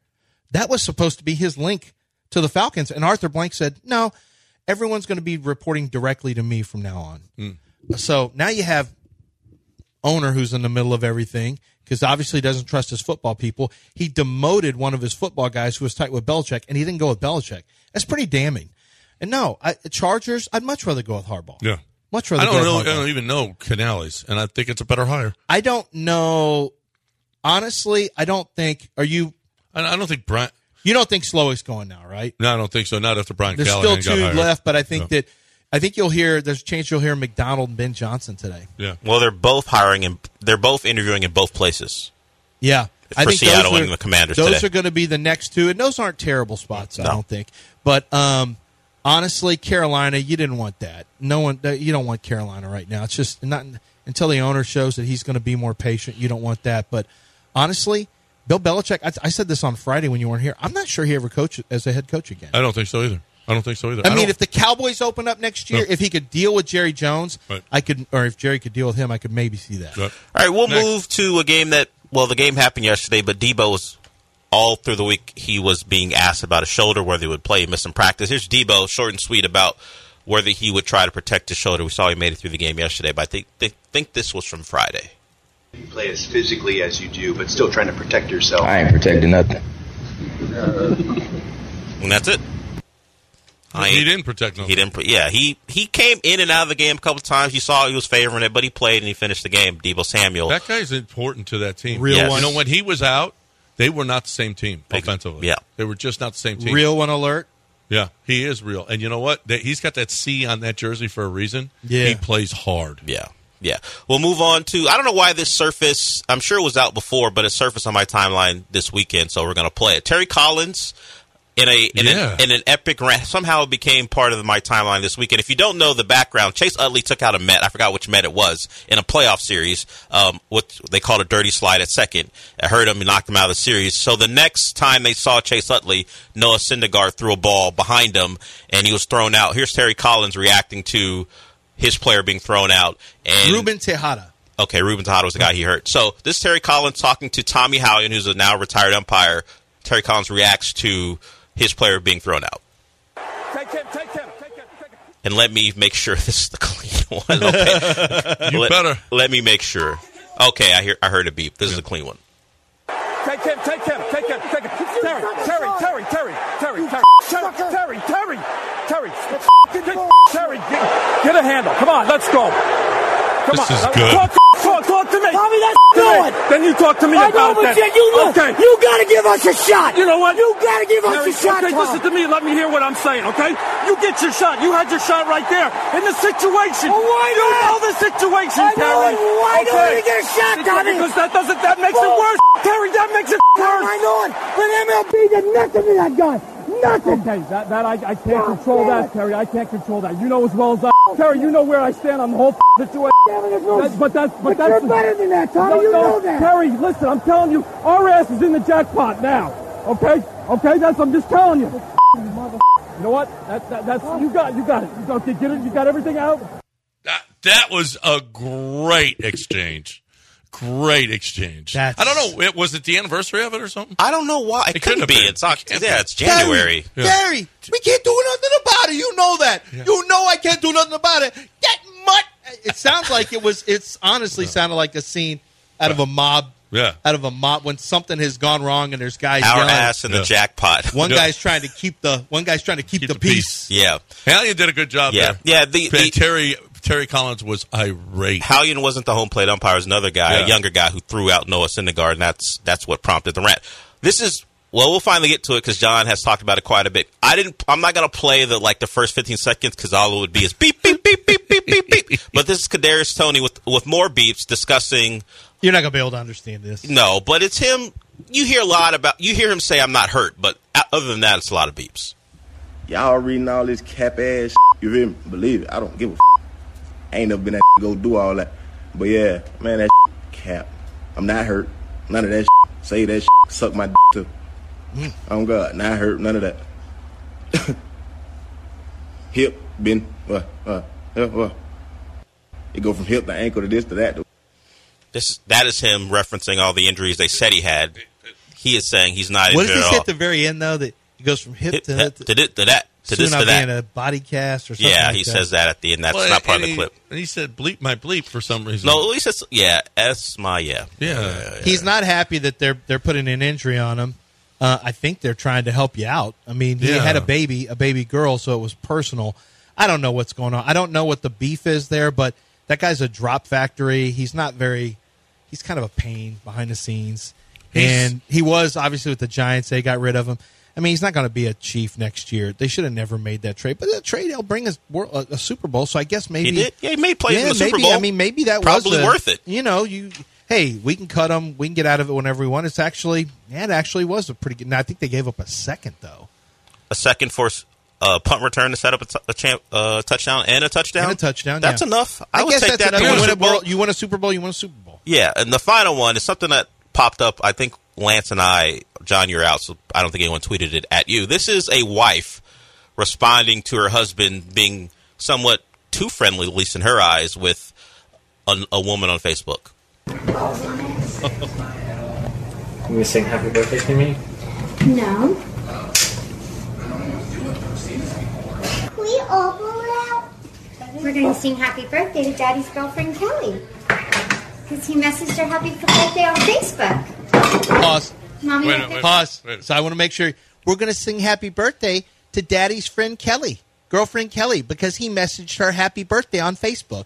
S6: That was supposed to be his link to the Falcons, and Arthur Blank said no. Everyone's going to be reporting directly to me from now on. So now you have owner who's in the middle of everything because obviously he doesn't trust his football people. He demoted one of his football guys who was tight with Belichick, and he didn't go with Belichick. That's pretty damning. And no, I, Chargers, I'd much rather go with Harbaugh.
S5: yeah,
S6: Much rather
S5: I don't
S6: go
S5: know. I
S6: with Harbaugh.
S5: don't even know Canales, and I think it's a better hire.
S6: I don't know. Honestly, I don't think. Are you?
S5: I, I don't think Brian.
S6: You don't think Slowick's going now, right?
S5: No, I don't think so. Not after Brian.
S6: There's
S5: Callahan
S6: still two
S5: got hired.
S6: left, but I think
S5: Yeah.
S6: that I think you'll hear. There's a chance you'll hear McDonald and Ben Johnson today.
S5: Yeah.
S8: Well, they're both hiring and they're both interviewing in both places.
S6: Yeah,
S8: For Seattle and the Commanders
S6: Those
S8: today.
S6: are going to be the next two, and those aren't terrible spots, I don't think. But um, honestly, Carolina, you didn't want that. No one, that- you don't want Carolina right now. It's just not until the owner shows that he's going to be more patient. You don't want that. But honestly, Bill Belichick, I, I said this on Friday when you weren't here. I'm not sure he ever coached as a head coach again.
S5: I don't think so either. I don't think so either.
S6: I mean,
S5: don't-
S6: if the Cowboys open up next year,
S5: No.
S6: if he could deal with Jerry Jones,
S5: Right.
S6: I could, or if Jerry could deal with him, I could maybe see that.
S5: Right.
S8: All right, we'll
S5: Next.
S8: move to a game that well, the game happened yesterday, but Debo was all through the week he was being asked about his shoulder, whether he would play, miss some practice. Here's Debo, short and sweet about whether he would try to protect his shoulder. We saw he made it through the game yesterday, but I think think, think this was from Friday.
S12: play as physically as you do, but still trying to protect yourself.
S13: I ain't protecting nothing.
S8: And that's it.
S5: he didn't protect him.
S8: He didn't. pr- Yeah, he he came in and out of the game a couple of times. You saw he was favoring it, but he played and he finished the game. Debo Samuel.
S5: That guy's important to that team.
S6: Real Yes.
S5: You
S6: one.
S5: know, when he was out, they were not the same team offensively.
S8: yeah.
S5: They were just not the same team.
S6: Real one alert.
S5: Yeah. He is real. And you know what? That- He's got that C on that jersey for a reason.
S6: Yeah.
S5: He plays hard.
S8: Yeah. Yeah. We'll move on to I don't know why this surface I'm sure it was out before, but it surfaced on my timeline this weekend, so we're gonna play it. Terry Collins in a in,
S5: Yeah.
S8: an, in an epic rant somehow it became part of my timeline this weekend. If you don't know the background, Chase Utley took out a Met, I forgot which Met it was, in a playoff series, um, what they called a dirty slide at second. It hurt him and knocked him out of the series. So the next time they saw Chase Utley, Noah Syndergaard threw a ball behind him and he was thrown out. Here's Terry Collins reacting to his player being thrown out and
S6: Ruben Tejada.
S8: Okay, Ruben Tejada was the guy he hurt. So this is Terry Collins talking to Tommy Hallion, who's a now retired umpire. Terry Collins reacts to his player being thrown out.
S11: Take him, take him, take him.
S8: And let me make sure this is the clean one. Okay.
S5: You
S8: let,
S5: better.
S8: Let me make sure. Okay, I hear I heard a beep. This is a clean one.
S11: Take him, take him, take him, take him. Terry, Terry, Terry, Terry, Terry, Terry, Terry, Terry, Terry, Terry, get- Terry, get, get a handle. Come on, let's go. Come
S5: This
S11: on.
S5: is
S11: Now,
S5: good.
S11: Talk, talk, talk to me.
S14: Tommy, that's
S11: Talk to me.
S14: good.
S11: Then you talk to me
S14: I know,
S11: about
S14: but
S11: it. then.
S14: you- you look-
S11: okay.
S14: you gotta give us a shot.
S11: You know what?
S14: You gotta give us
S11: Terry,
S14: a shot,
S11: Okay,
S14: Tom.
S11: listen to me. Let me hear what I'm saying, okay? You get your shot. You had your shot right there in the situation.
S14: Well, why
S11: you
S14: not?
S11: know the situation,
S14: I know
S11: Terry.
S14: it. Why
S11: okay.
S14: don't we get a shot,
S11: Because-
S14: Tommy?
S11: Because that doesn't that makes it
S14: Bull.
S11: worse. Terry, that makes it worse.
S14: I know it, but MLB did nothing to that guy. Nothing.
S11: Okay, that, that I, I can't
S14: God
S11: control
S14: damn
S11: that,
S14: it.
S11: Terry. I can't control that. You know as well as I
S13: Terry, you know where I stand on the whole situation. That- but that's but,
S14: But
S13: that's
S14: you're better than that, Tommy.
S13: No,
S14: You
S13: no,
S14: know that.
S13: Terry, listen, I'm telling you, our ass is in the jackpot now. Okay, okay, that's I'm just telling you. You know what? That, that, that's you got you got it. You got, get it. You got everything out.
S5: That was a great exchange. Great exchange. I don't know. It, was it the anniversary of it or something?
S8: I don't know why. It, couldn't
S5: couldn't have
S8: be.
S5: been.
S8: It's October.
S5: can't
S8: Yeah,
S5: be.
S8: it's January.
S5: Yeah.
S6: Gary, we can't do nothing about it. You know that. You know I can't do nothing about it. That mutt. It sounds like it was. It's honestly sounded like a scene out of a mob.
S5: Yeah.
S6: Out of a mob when something has gone wrong and there's guys.
S8: Our
S6: yelling.
S8: ass in the Yeah. jackpot.
S6: One
S8: Yeah.
S6: guy's trying to keep the. One guy's trying to keep, the, peace.
S8: Yeah.
S5: Hallion did a good job
S8: Yeah.
S5: there.
S8: Yeah, the-
S5: Man,
S8: the-
S5: Terry Terry Collins was irate.
S8: Hallion wasn't the home plate umpire. It was another guy,
S5: Yeah.
S8: a younger guy who threw out Noah Syndergaard, and that's that's what prompted the rant. This is well, we'll finally get to it because John has talked about it quite a bit. I didn't. I'm not gonna play the like the first 15 seconds because all it would be is beep beep beep beep beep beep beep. But this is Kadarius Tony with with more beeps discussing
S6: You're not gonna be able to understand this.
S8: no, but it's him. You hear a lot about you hear him say I'm not hurt, but o- other than that, it's a lot of beeps.
S15: Y'all reading all this cap ass shit, you feel me? Believe it. I don't give a f- I ain't never been that shit, go do all that. But yeah, man, that shit cap. I'm not hurt. None of that shit. Say that shit. Suck my dick too. Oh God, not hurt. None of that. hip, uh, bend, what, what, what, what. uh. It go from hip to ankle to this to that. To
S8: This that is him referencing all the injuries they said he had. He is saying he's not
S6: What does
S8: injured
S6: he
S8: at
S6: say
S8: all.
S6: at the very end though? That he goes from hip, to,
S8: That- to thi- to that to
S6: soon
S8: this
S6: I'll
S8: to
S6: be
S8: that.
S6: in a body cast or something.
S8: Yeah,
S6: like
S8: he
S6: that.
S8: says that at the end. That's
S5: Well,
S8: not part
S5: and
S8: of the
S5: he-
S8: clip.
S5: And he said bleep my bleep for some reason.
S8: No, at least it's yeah. S my yeah.
S5: Yeah.
S6: He's not happy that they're they're putting an injury on him. Uh, I think they're trying to help you out. I mean, he
S5: Yeah.
S6: had a baby, a baby girl, so it was personal. I don't know what's going on. I don't know what the beef is there, but that guy's a drop factory. He's not very. He's kind of a pain behind the scenes,
S5: He's-
S6: and he was obviously with the Giants. They got rid of him. I mean, he's not going to be a chief next year. They should have never made that trade, but the trade will bring us wor- a, a Super Bowl. So I guess maybe
S8: did? Yeah, he made plays in the Super
S6: Mm. maybe.
S8: Bowl.
S6: I mean, maybe that was
S8: Probably
S6: a-
S8: worth it.
S6: You know, you hey, we can cut them. We can get out of it whenever we want. It's actually, yeah, it actually was a pretty good. Now I think they gave up a second though,
S8: A second force uh, punt return to set up a, t- a champ, uh, touchdown and a touchdown.
S6: and a touchdown.
S8: That's
S6: yeah.
S8: enough. I, would
S6: guess
S8: take
S6: that's
S8: that.
S6: enough.
S8: to
S6: You win,
S8: win the
S6: a
S8: Super Bowl.
S6: Bowl, you win a Super Bowl. You win a Super Bowl.
S8: Yeah, and the final one is something that popped up. I think Lance and I, John, you're out, so I don't think anyone tweeted it at you. This is a wife responding to her husband being somewhat too friendly, at least in her eyes, with an, a woman on Facebook.
S16: You gonna sing happy birthday to me?
S17: No. Can we all blow it out? We're going to sing happy birthday to Daddy's girlfriend Kelly. Because he messaged her happy birthday on Facebook.
S6: Pause.
S17: Mommy, Wait a minute, wait a
S6: pause. So I want to make sure we're going to sing Happy Birthday to Daddy's friend Kelly, girlfriend Kelly, because he messaged her Happy Birthday on Facebook.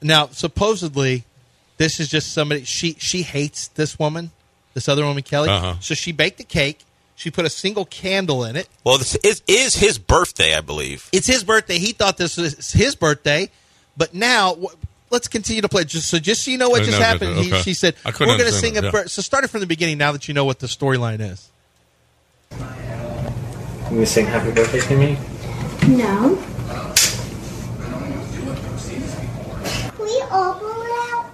S6: Now, supposedly, this is just somebody she she hates this woman, this other woman Kelly.
S8: Uh-huh.
S6: So she baked a cake. She put a single candle in it.
S8: Well, this is, is his birthday, I believe.
S6: It's his birthday. He thought this was his birthday, but now wh- let's continue to play. Just so, just so you know what
S5: I
S6: just
S5: know,
S6: happened. He,
S5: okay.
S6: she said,
S5: I
S6: "We're
S5: couldn't
S6: going to
S5: understand
S6: sing
S5: it,
S6: a."
S5: yeah.
S6: bir- So start it from the beginning now that you know what the storyline is.
S16: You gonna sing happy birthday to me?
S17: No. Can we all blow it out?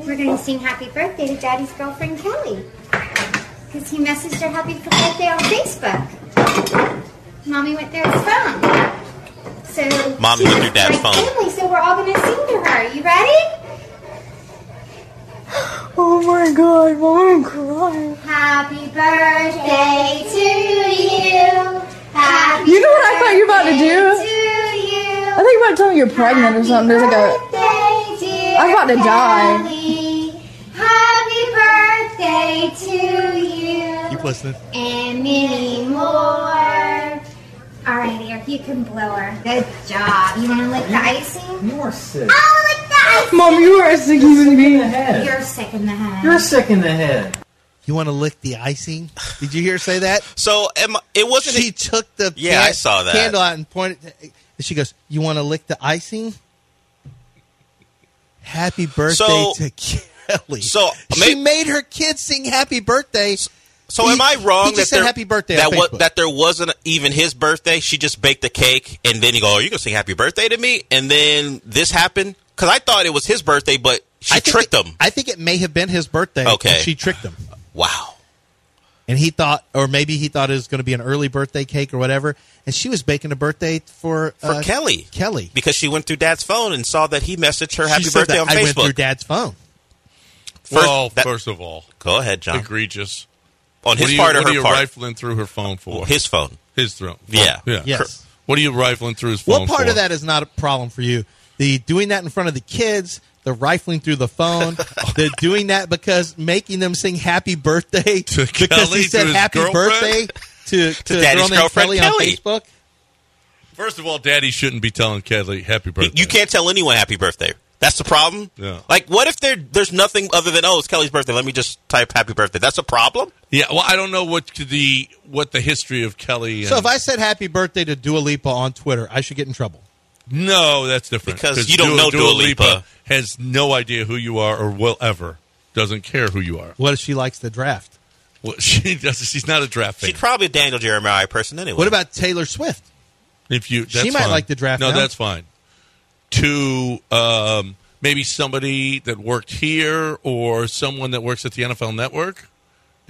S17: We're going to sing happy birthday to Daddy's girlfriend Kelly. Because he messaged her happy birthday on Facebook. Mommy went through his phone. So
S8: Mommy
S17: she
S8: went
S17: was
S8: through Dad's
S17: like,
S8: phone.
S17: Family, so we're all going to sing to her. You ready?
S14: Oh my God, Mom, I'm crying.
S17: Happy birthday to you. Happy
S18: You know what I thought you were about to do?
S17: birthday To you.
S18: I think you about to tell me you're pregnant or something. There's like a.
S17: birthday, dear
S18: I'm about to die.
S17: Kelly. Happy birthday to you
S6: Keep listening.
S17: and many more. All right, Eric, you can blow her. Good job. You want to lick the icing? You are sick. Oh, lick the icing.
S18: Mom, you are a sick human being.
S17: You're sick in the head.
S18: in the head.
S6: You want to lick the icing? Did you hear her say that?
S8: So am I- it wasn't. e,
S6: She took the
S8: Yeah, I saw that.
S6: candle out and pointed. She goes, "You want to lick the icing? Happy birthday
S8: So-
S6: to Kelly."
S8: So
S6: she made her kids sing "Happy Birthday"
S8: So
S6: He-
S8: am I wrong
S6: he just
S8: that
S6: said
S8: there,
S6: happy birthday
S8: that
S6: on
S8: wa-
S6: Facebook.
S8: that there wasn't even his birthday? She just baked a cake and then you go, "Oh, you gonna sing happy birthday to me?" And then this happened because I thought it was his birthday, but she tricked him.
S6: I think it may have been his birthday.
S8: Okay.
S6: And she tricked him.
S8: Wow.
S6: And he thought, or maybe he thought it was going to be an early birthday cake or whatever. And she was baking a birthday for
S8: For Kelly.
S6: Uh, Kelly.
S8: because she went through Dad's phone and saw that he messaged her happy
S6: she said
S8: birthday
S6: that
S8: on
S6: I went through
S8: Facebook.
S6: Dad's phone.
S5: well,
S8: that-
S5: first of all,
S8: Go ahead, John.
S5: egregious.
S8: On his
S5: What are you-
S8: part or
S5: what
S8: her
S5: are you
S8: part?
S5: rifling through her phone for?
S8: His phone.
S5: His phone.
S8: Yeah.
S5: yeah.
S6: Yes.
S5: What are you rifling through his phone?
S6: What part
S5: for?
S6: of that is not a problem for you? The doing that in front of the kids, the rifling through the phone, the doing that because making them sing happy birthday because
S5: Kelly,
S6: he said
S5: to his
S6: happy
S5: girlfriend?
S6: birthday to, to, a
S8: Daddy's
S6: girl named
S8: girlfriend,
S6: Kelly,
S8: Kelly.
S6: on Facebook.
S5: First of all, Daddy shouldn't be telling Kelly happy birthday.
S8: You can't tell anyone happy birthday. That's the problem.
S5: Yeah.
S8: Like, what if there there's nothing other than oh, it's Kelly's birthday. Let me just type happy birthday. That's a problem.
S5: Yeah, well, I don't know what the what the history of Kelly. And,
S6: So if I said happy birthday to Dua Lipa on Twitter, I should get in trouble.
S5: no, that's different
S8: Because you don't know Dua Lipa.
S5: has no idea who you are or will ever doesn't care who you are.
S6: What if she likes the draft?
S5: Well, she does. She's not a draft fan.
S8: She's probably a Daniel Jeremiah person anyway.
S6: What about Taylor Swift?
S5: If you, that's
S6: She might
S5: fine.
S6: like the draft
S5: No,
S6: now.
S5: that's fine. To um, maybe somebody that worked here or someone that works at the NFL Network.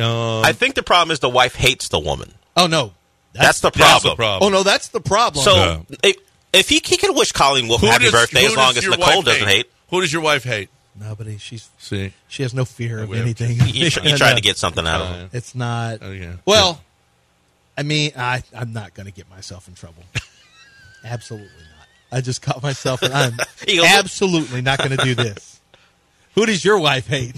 S5: Um,
S8: I think the problem is the wife hates the woman.
S6: Oh no,
S8: That's, the problem.
S5: that's the problem.
S6: Oh no, that's the problem.
S8: So
S5: Yeah.
S8: if, if he, he can wish Colleen Wolf
S6: Oh,
S5: Who
S8: happy
S5: does-
S8: birthday
S5: who
S8: as long
S5: does
S8: as
S5: your
S8: Nicole
S5: wife
S8: doesn't hate.
S5: Who does your wife hate?
S6: nobody. She's
S5: See,
S6: she has no fear of
S5: We have-
S6: anything.
S8: You, tr- you tried to get something out of him.
S6: It's not.
S8: Oh,
S5: Okay.
S6: Well, I mean, I, I'm not going to get myself in trouble. absolutely not. I just caught myself, and I'm
S8: You look-
S6: absolutely not going to do this. Who does your wife hate?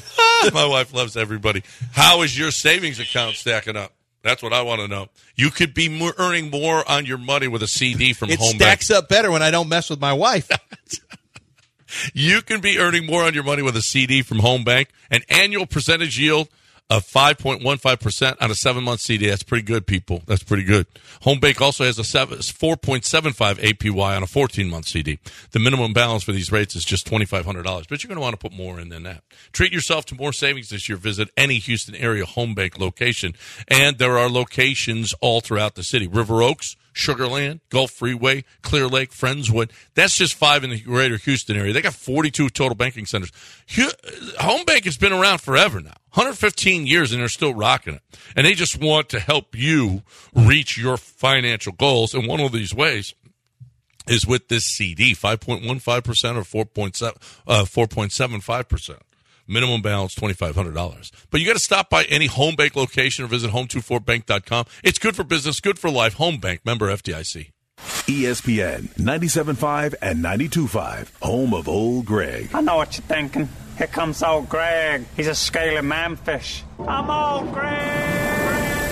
S5: My wife loves everybody. How is your savings account stacking up? That's what I want to know. You could be more, earning more on your money with a CD from
S6: It
S5: home
S6: stacks up better when I don't mess with my wife.
S5: bank. You can be earning more on your money with a CD from home bank. An annual percentage yield of 5.15% on a seven month CD. That's pretty good, people. That's pretty good. Home bank also has a seven, 4.75 APY on a 14 month CD. The minimum balance for these rates is just $2,500, but you're going to want to put more in than that. Treat yourself to more savings this year. Visit any Houston area home bank location. And there are locations all throughout the city. River Oaks, Sugarland, Gulf Freeway, Clear Lake, Friendswood. That's just five in the greater Houston area. They got 42 total banking centers. Hu- Home Bank has been around forever now, 115 years, and they're still rocking it. And they just want to help you reach your financial goals. And one of these ways is with this CD, 5.15% or 4.7, uh, 4.75%. Minimum balance $2,500. But you got to stop by any home bank location or visit home24bank.com. It's good for business, good for life. Home Bank, member FDIC.
S4: E ESPN 97.5 and 92.5, home of Old Greg.
S19: I know what you're thinking. Here comes old Greg. He's a scaly manfish. I'm old Greg.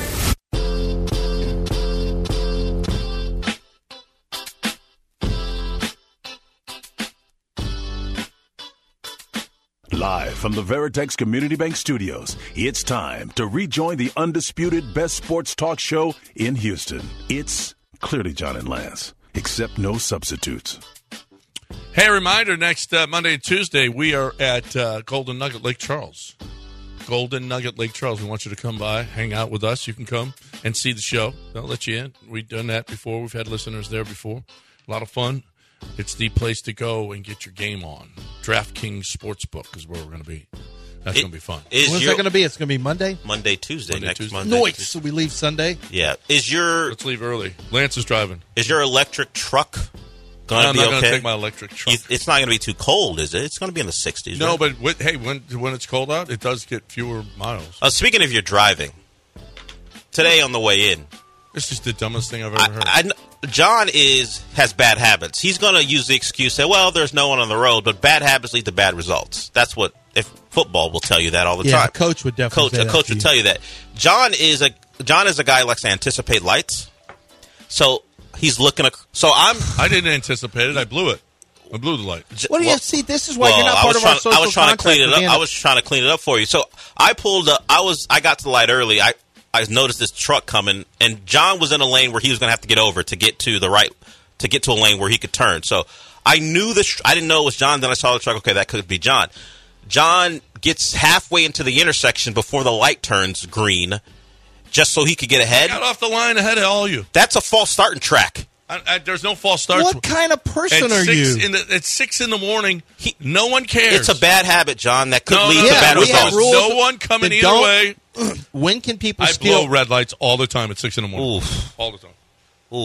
S4: Live from the Veritex Community Bank Studios, it's time to rejoin the undisputed best sports talk show in Houston. It's clearly John and Lance, except no substitutes.
S5: Hey, reminder next uh, Monday and Tuesday, we are at uh, Golden Nugget Lake Charles. Golden Nugget Lake Charles. We want you to come by, hang out with us. You can come and see the show. They'll let you in. We've done that before. We've had listeners there before. A lot of fun. It's the place to go and get your game on. DraftKings Sportsbook is where we're going to be. That's
S8: It
S5: going to be fun.
S8: Is
S6: When's
S8: your-
S6: that going to be? It's going to be Monday.
S8: Monday, Tuesday,
S5: Monday,
S8: next
S5: Tuesday.
S8: Monday.
S6: Noise. So we leave Sunday.
S8: Yeah. Is your
S5: Let's leave early. Lance is driving.
S8: is your electric truck gonna
S5: I'm
S8: be
S5: not
S8: okay?
S5: going to take my electric truck.
S8: You- it's not gonna be too cold, is it? It's gonna be in the sixties.
S5: no,
S8: right?
S5: but with, hey, when when it's cold out, it does get fewer miles.
S8: uh, speaking of your driving, today on the way in,
S5: This is the dumbest thing I've ever heard.
S8: I, I kn- John is has bad habits. He's going to use the excuse that well, there's no one on the road, but bad habits lead to bad results. That's what if football will tell you that all the
S6: Yeah,
S8: time.
S6: the coach would definitely
S8: coach
S6: say
S8: a
S6: that
S8: coach
S6: to
S8: would
S6: you.
S8: tell you that. John is a John is a guy who likes to anticipate lights, so he's looking. Ac- so I'm.
S5: I didn't anticipate it. I blew it. I blew the light.
S8: j-
S6: What do
S8: well-
S6: you see? This is why you're
S8: well,
S6: not
S8: I
S6: part
S8: was
S6: of our
S8: trying,
S6: social
S8: I was trying to clean
S6: contract
S8: it
S6: for
S8: up.
S6: being
S8: I
S6: a-
S8: was trying to clean it up for you. So I pulled up. I was. I got to the light early. I I noticed this truck coming, and John was in a lane where he was going to have to get over to get to the right to get to a lane where he could turn. So I knew this. I didn't know it was John. Then I saw the truck. Okay, that could be John. John gets halfway into the intersection before the light turns green, just so he could get ahead.
S5: Got off the line ahead of all you.
S8: That's a false starting track.
S5: I, I, there's no false starts.
S6: What kind of person
S5: At
S6: are
S5: six
S6: you?
S5: In the, at six in the morning, no one cares.
S8: It's a bad habit, John, that could
S5: No,
S8: lead
S5: no,
S8: to
S5: no.
S8: bad
S5: We have
S8: results.
S5: rules No one coming
S6: that
S5: either
S6: don't-
S5: way.
S6: when can people
S5: I
S6: steal?
S5: blow red lights all the time at six in the morning. All the time.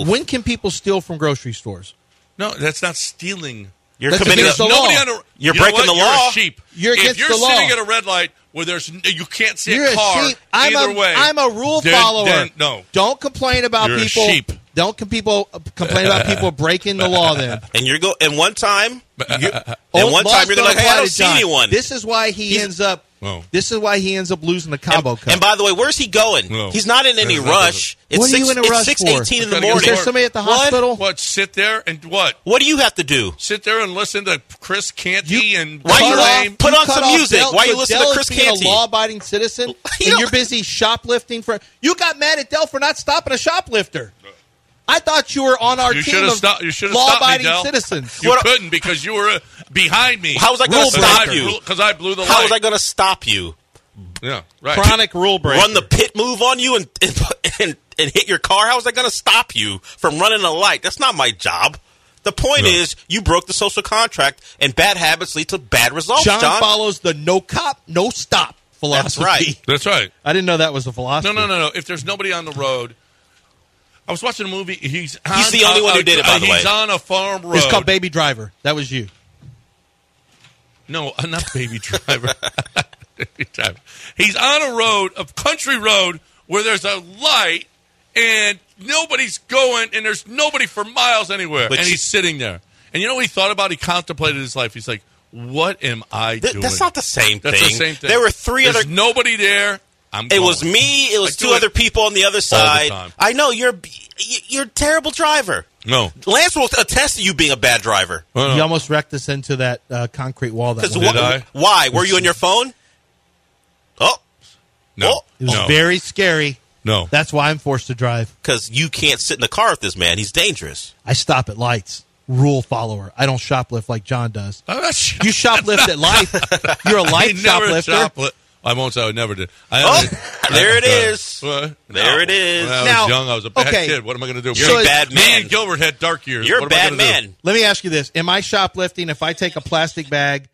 S6: When can people steal from grocery stores?
S5: No, that's not stealing.
S8: You're
S6: That's committing against a- the law.
S5: nobody on a,
S6: You're
S5: you know
S6: breaking
S5: what?
S6: the law.
S5: You're a sheep.
S6: You're
S5: if
S6: against
S5: you're
S6: the law.
S5: sitting at a red light where there's n- you can't see
S6: You're
S5: a car
S6: sheep. I'm
S5: either
S6: a,
S5: way.
S6: am a rule
S5: then-
S6: follower.
S5: then no.
S6: Don't complain about
S5: You're a
S6: people.
S5: sheep.
S6: Don't com- people uh, complain about people breaking the law. Then
S8: And you're go and one time, you, and
S6: Old
S8: one
S6: laws
S8: time you're gonna
S6: don't
S8: like, hey,
S6: apply
S8: I don't
S6: to
S8: see
S6: John.
S8: anyone. Oh.
S6: This is why he ends up.
S5: Whoa.
S6: This is why he ends up losing the Cabo Cup.
S8: and by the way, where's he going? He's not in any
S6: There's nothing.
S8: rush. It's
S6: What are
S8: six,
S6: you in a
S8: it's
S6: rush
S8: six
S6: for?
S8: eighteen in
S6: Gotta
S8: the
S6: go to
S8: morning.
S6: Is there somebody at the hospital?
S5: What? Sit there and what?
S8: What do you have to do?
S5: Sit there and listen to Chris Canty and
S8: Why you
S5: Lil
S8: laugh?
S5: Wayne?
S8: Put
S6: You
S8: on
S6: cut
S8: some
S6: off
S8: music.
S6: Del-
S8: Why you
S6: so
S8: listen to
S6: Dell is
S8: Chris
S6: being
S8: Canty?
S6: A law-abiding citizen, and you're busy shoplifting for. You got mad at Dell for not stopping a shoplifter. I thought you were on our
S5: You should
S6: team
S5: have
S6: of
S5: stopped. You should have stopped me,
S6: law-abiding
S5: Del.
S6: citizens.
S5: You couldn't because you were uh, behind me.
S8: How was I gonna
S5: Rule
S8: stop
S5: breaker.
S8: you?
S5: Because I blew the
S8: How
S5: light.
S8: was I going to stop you?
S5: Yeah, right.
S6: Chronic rule breaker.
S8: Run the pit move on you and and and, and hit your car. How was I going to stop you from running a light? That's not my job. The point is, you broke the social contract, and bad habits lead to bad results.
S6: John,
S8: John,
S6: follows the no cop, no stop
S8: That's
S6: philosophy.
S8: right.
S5: That's right.
S6: I didn't know that was a philosophy.
S5: No, no, no, no. If there's nobody on the road, I was watching a movie. He's on,
S8: He's the only
S5: a-
S8: one who
S5: a-
S8: did it, by
S5: uh,
S8: the
S5: He's
S8: way.
S5: on a farm road.
S6: It's called Baby Driver. That was you.
S5: no, uh, not Baby Driver. Baby Driver. He's on a road, a country road, where there's a light and nobody's going, and there's nobody for miles anywhere,
S8: But
S5: and
S8: you-
S5: he's sitting there. And you know what he thought about? He contemplated his life. He's like, "What am I
S8: Th-
S5: doing?"
S8: that's not the same
S5: That's
S8: thing.
S5: the same thing.
S8: There were three
S5: There's
S8: other-
S5: Nobody there. I'm.
S8: It was
S5: going.
S8: me. It was
S5: I do
S8: two
S5: it
S8: other people on the other side.
S5: time.
S8: I know you're b- y- you're a terrible driver.
S5: No.
S8: Lance will attest to you being a bad driver.
S6: You almost wrecked us into that uh, concrete wall. That
S8: Because
S6: one
S8: wh-
S6: time.
S8: why? Were you on your phone? Oh,
S5: No.
S6: Oh, It was
S5: no.
S6: very scary.
S5: No.
S6: That's why I'm forced to drive.
S8: because you can't sit in the car with this man. He's dangerous.
S6: I stop at lights. Rule follower. I don't shoplift like John does.
S5: I'm not sure.
S6: You shoplift at life. You're a light
S5: I Oh, never
S6: shoplifter.
S5: shopli- I won't say I never did. I
S8: Oh,
S5: only-
S8: there it
S5: Uh,
S8: is.
S5: uh,
S8: There it is.
S5: When I was
S6: Now-
S5: young. I was a bad
S6: okay.
S5: kid. What am I going to do?
S8: You're
S6: So-
S8: a bad
S5: Me
S8: man.
S5: and Gilbert had dark years.
S8: You're a
S5: What am I
S8: bad
S5: gonna do?
S8: man.
S6: Let me ask you this: Am I shoplifting if I take a plastic bag,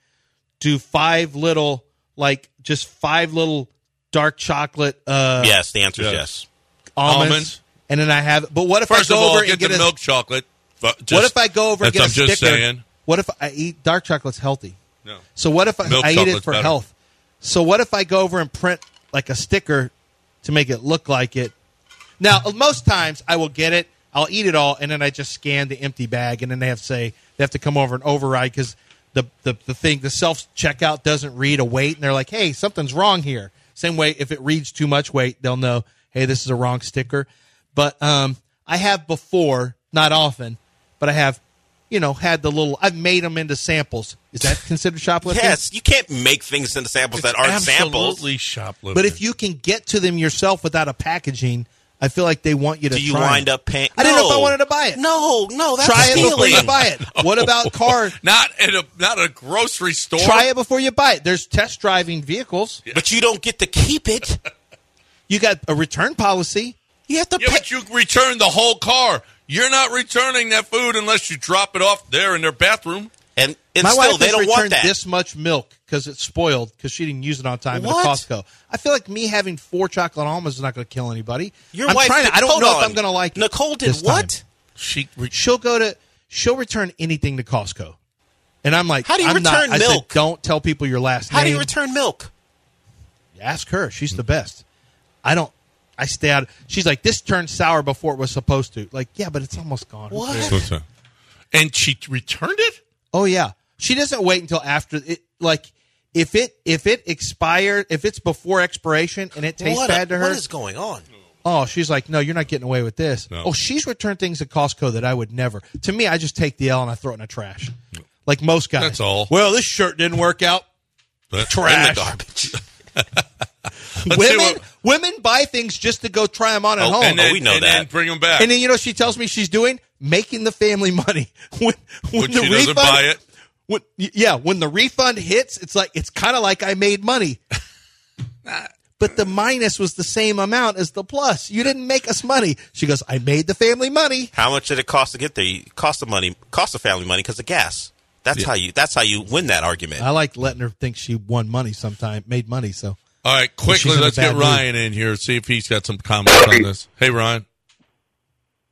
S6: do five little, like just five little dark chocolate uh,
S8: Yes, the answer is
S5: Yeah.
S8: yes.
S6: almonds,
S5: almond.
S6: and then I have? But what if
S5: First
S6: I
S5: of
S6: go
S5: all,
S6: over
S5: get
S6: and get
S5: the
S6: a,
S5: milk chocolate. Fu-
S6: What
S5: just-
S6: if I go over and
S5: that's-
S6: get a
S5: I'm just
S6: sticker?
S5: saying.
S6: What if I eat dark chocolate's healthy?
S5: No.
S6: So what if I,
S5: Milk
S6: I eat it
S5: chocolate's
S6: for
S5: better.
S6: health? So what if I go over and print like a sticker to make it look like it? Now most times I will get it, I'll eat it all, and then I just scan the empty bag, and then they have to say they have to come over and override because the, the the thing the self checkout doesn't read a weight, and they're like, hey, something's wrong here. Same way if it reads too much weight, they'll know, hey, this is a wrong sticker. But um, I have before, not often, but I have. You know, had the little. I've made them into samples. Is that considered shoplifting?
S8: Yes, you can't make things into samples that aren't samples.
S5: Absolutely shoplifting.
S6: But if you can get to them yourself without a packaging, I feel like they want you to.
S8: Do you
S6: try
S8: wind
S6: it.
S8: up paying?
S6: I didn't know if I
S8: No.
S6: wanted to buy it.
S8: No, no, that's Oh.
S6: try it before
S8: stealing.
S6: you buy it. What about car?
S5: not at a not a grocery store.
S6: Try it before you buy it. There's test driving vehicles.
S8: But you don't get to keep it.
S6: You got a return policy.
S8: You have to
S5: Yeah,
S8: pay.
S5: but you return the whole car. You're not returning that food unless you drop it off there in their bathroom.
S8: And, and
S6: My
S8: still,
S6: wife
S8: they
S6: has
S8: don't
S6: returned
S8: want that.
S6: this much milk because it's spoiled because she didn't use it on time
S8: What?
S6: at a Costco. I feel like me having four chocolate almonds is not going to kill anybody.
S8: Your
S6: I'm
S8: wife
S6: trying.
S8: did-
S6: to, I don't
S8: hold
S6: know
S8: on.
S6: if I'm going to like it
S8: Nicole did
S6: this time.
S8: what?
S5: She re-
S6: she'll go to she'll return anything to Costco. And I'm like,
S8: How do you
S6: I'm not-
S8: return
S6: I said,
S8: milk?
S6: don't tell people your last
S8: How
S6: name.
S8: do you return milk?
S6: Ask her. She's
S8: Mm-hmm.
S6: the best. I don't. I stay out. She's like, this turned sour before it was supposed to. Like, yeah, but it's almost gone. Who
S8: What?
S6: cares?
S5: And she returned it.
S6: Oh yeah. She doesn't wait until after it. Like, if it if it expires, if it's before expiration and it tastes
S8: What,
S6: bad to her,
S8: what is going on?
S6: Oh, she's like, no, you're not getting away with this.
S5: No.
S6: Oh, she's returned things at Costco that I would never. To me, I just take the L and I throw it in the trash, like most guys.
S5: That's all.
S6: Well, this shirt didn't work out.
S8: In the
S6: Trash.
S8: garbage.
S5: Let's see
S6: women,
S5: what-
S6: women buy things just to go try them on at
S8: Oh,
S6: home.
S8: and then-
S6: And
S8: we know
S5: and
S8: that.
S5: Then bring them back.
S6: then you know she tells me she's doing making the family money when when
S5: Which
S6: the
S5: she
S6: refund.
S5: doesn't buy it.
S6: When, yeah, when the refund hits, it's like it's kind of like I made money. but the minus was the same amount as the plus. You didn't make us money. She goes, I made the family money.
S8: How much did it cost to get there? You- Cost the money, cost the family money because of gas. That's how you. That's how you win that argument.
S6: I like letting her think she won money sometime, made money. So,
S5: All right, quickly,
S6: in a
S5: let's
S6: bad
S5: get
S6: mood.
S5: Ryan in here. See if he's got some comments on this. Hey, Ryan.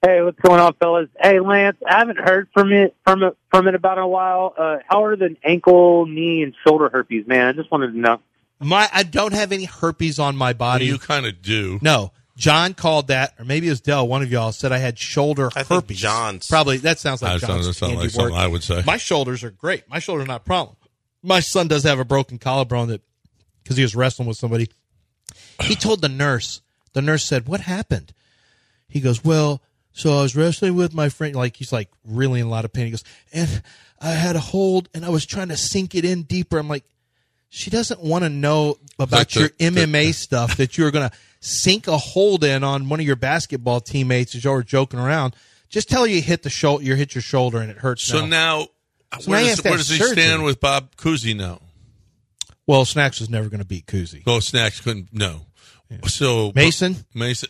S20: Hey, what's going on, fellas? Hey, Lance, I haven't heard from it from it from it about a while. Uh, how are the ankle, knee, and shoulder herpes, man? I just wanted to know.
S6: my I don't have any herpes on my body.
S5: You kind of do.
S6: No, John called that, or maybe it was Dell. One of y'all said I had shoulder herpes. John's probably that sounds like
S5: That
S6: John's
S5: sounds- that sounds
S6: handy
S5: like something
S6: work.
S5: I would say.
S6: My shoulders are great. My shoulders are not a problem. My son does have a broken collarbone that because he was wrestling with somebody. He told the nurse. The nurse said, "What happened?" He goes, "Well, so I was wrestling with my friend. Like he's like really in a lot of pain. He goes, and I had a hold, and I was trying to sink it in deeper. I'm like." She doesn't want to know about
S5: the-
S6: your MMA stuff that you're going to sink a hold in on one of your basketball teammates as y'all were joking around. Just tell her you hit the shoulder, you hit your shoulder, and it hurts.
S5: So
S6: now.
S5: now,
S6: So
S5: where,
S6: now he has
S5: does,
S6: to
S5: where
S6: have
S5: does he
S6: surgery.
S5: stand with Bob Cousy now?
S6: well, Snacks was never going to beat Kuzi.
S5: Oh, Snacks couldn't. No. So
S6: Mason?
S5: Mason.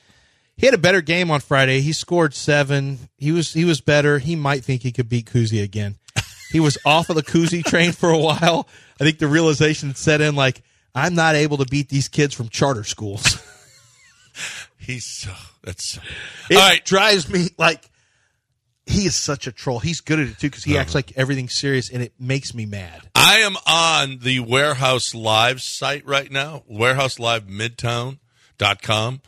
S6: He had a better game on Friday. He scored seven. He was he was better. He might think he could beat Kuzi again. He was off of the Kuzi train for a while. I think the realization set in like I'm not able to beat these kids from charter schools.
S5: He's so. That's.
S6: It
S5: All right.
S6: drives me like he is such a troll. He's good at it too
S5: Uh-huh.
S6: because he acts like everything's serious, and it makes me mad.
S5: I am on the Warehouse Live site right now, warehouselive.midtown.com.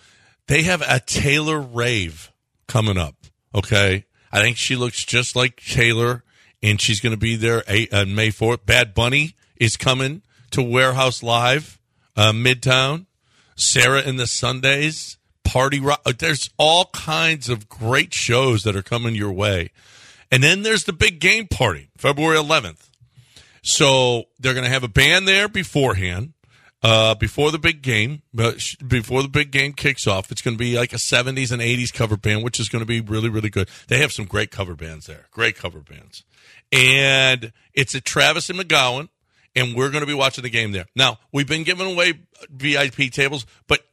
S5: They have a Taylor rave coming up. Okay. I think she looks just like Taylor, and she's going to be there eight, on May 4th. Bad Bunny is coming to Warehouse Live, uh, Midtown. Sarah and the Sundays, Party Rock. uh, There's all kinds of great shows that are coming your way. And then there's the big game party, February 11th. So they're going to have a band there beforehand, uh, before the big game, but sh- before the big game kicks off. It's going to be like a 70s and 80s cover band, which is going to be really, really good. They have some great cover bands there, great cover bands. And it's at Travis and McGowan, and we're going to be watching the game there. Now, we've been giving away VIP tables, but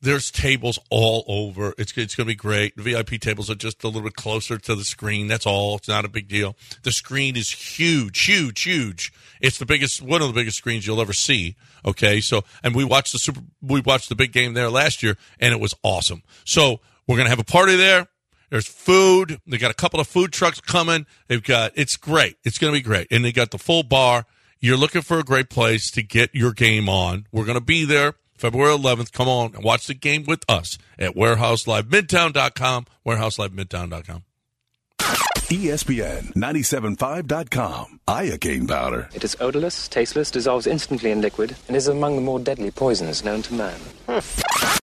S5: there's tables all over. It's it's going to be great. The VIP tables are just a little bit closer to the screen. That's all. It's not a big deal. The screen is huge, huge, huge. It's the biggest, one of the biggest screens you'll ever see. Okay, so and we watched the super, we watched the big game there last year, and it was awesome. So we're gonna have a party there. There's food. They got a couple of food trucks coming. They've got it's great. It's gonna be great, and they got the full bar you're looking for a great place to get your game on. We're going to be there February 11th. Come on and watch the game with us at warehouselive.midtown.com, warehouselive.midtown.com.
S4: E ESPN 975.com. Aya Cane Powder.
S16: It is odorless, tasteless, dissolves instantly in liquid, and is among the more deadly poisons known to man.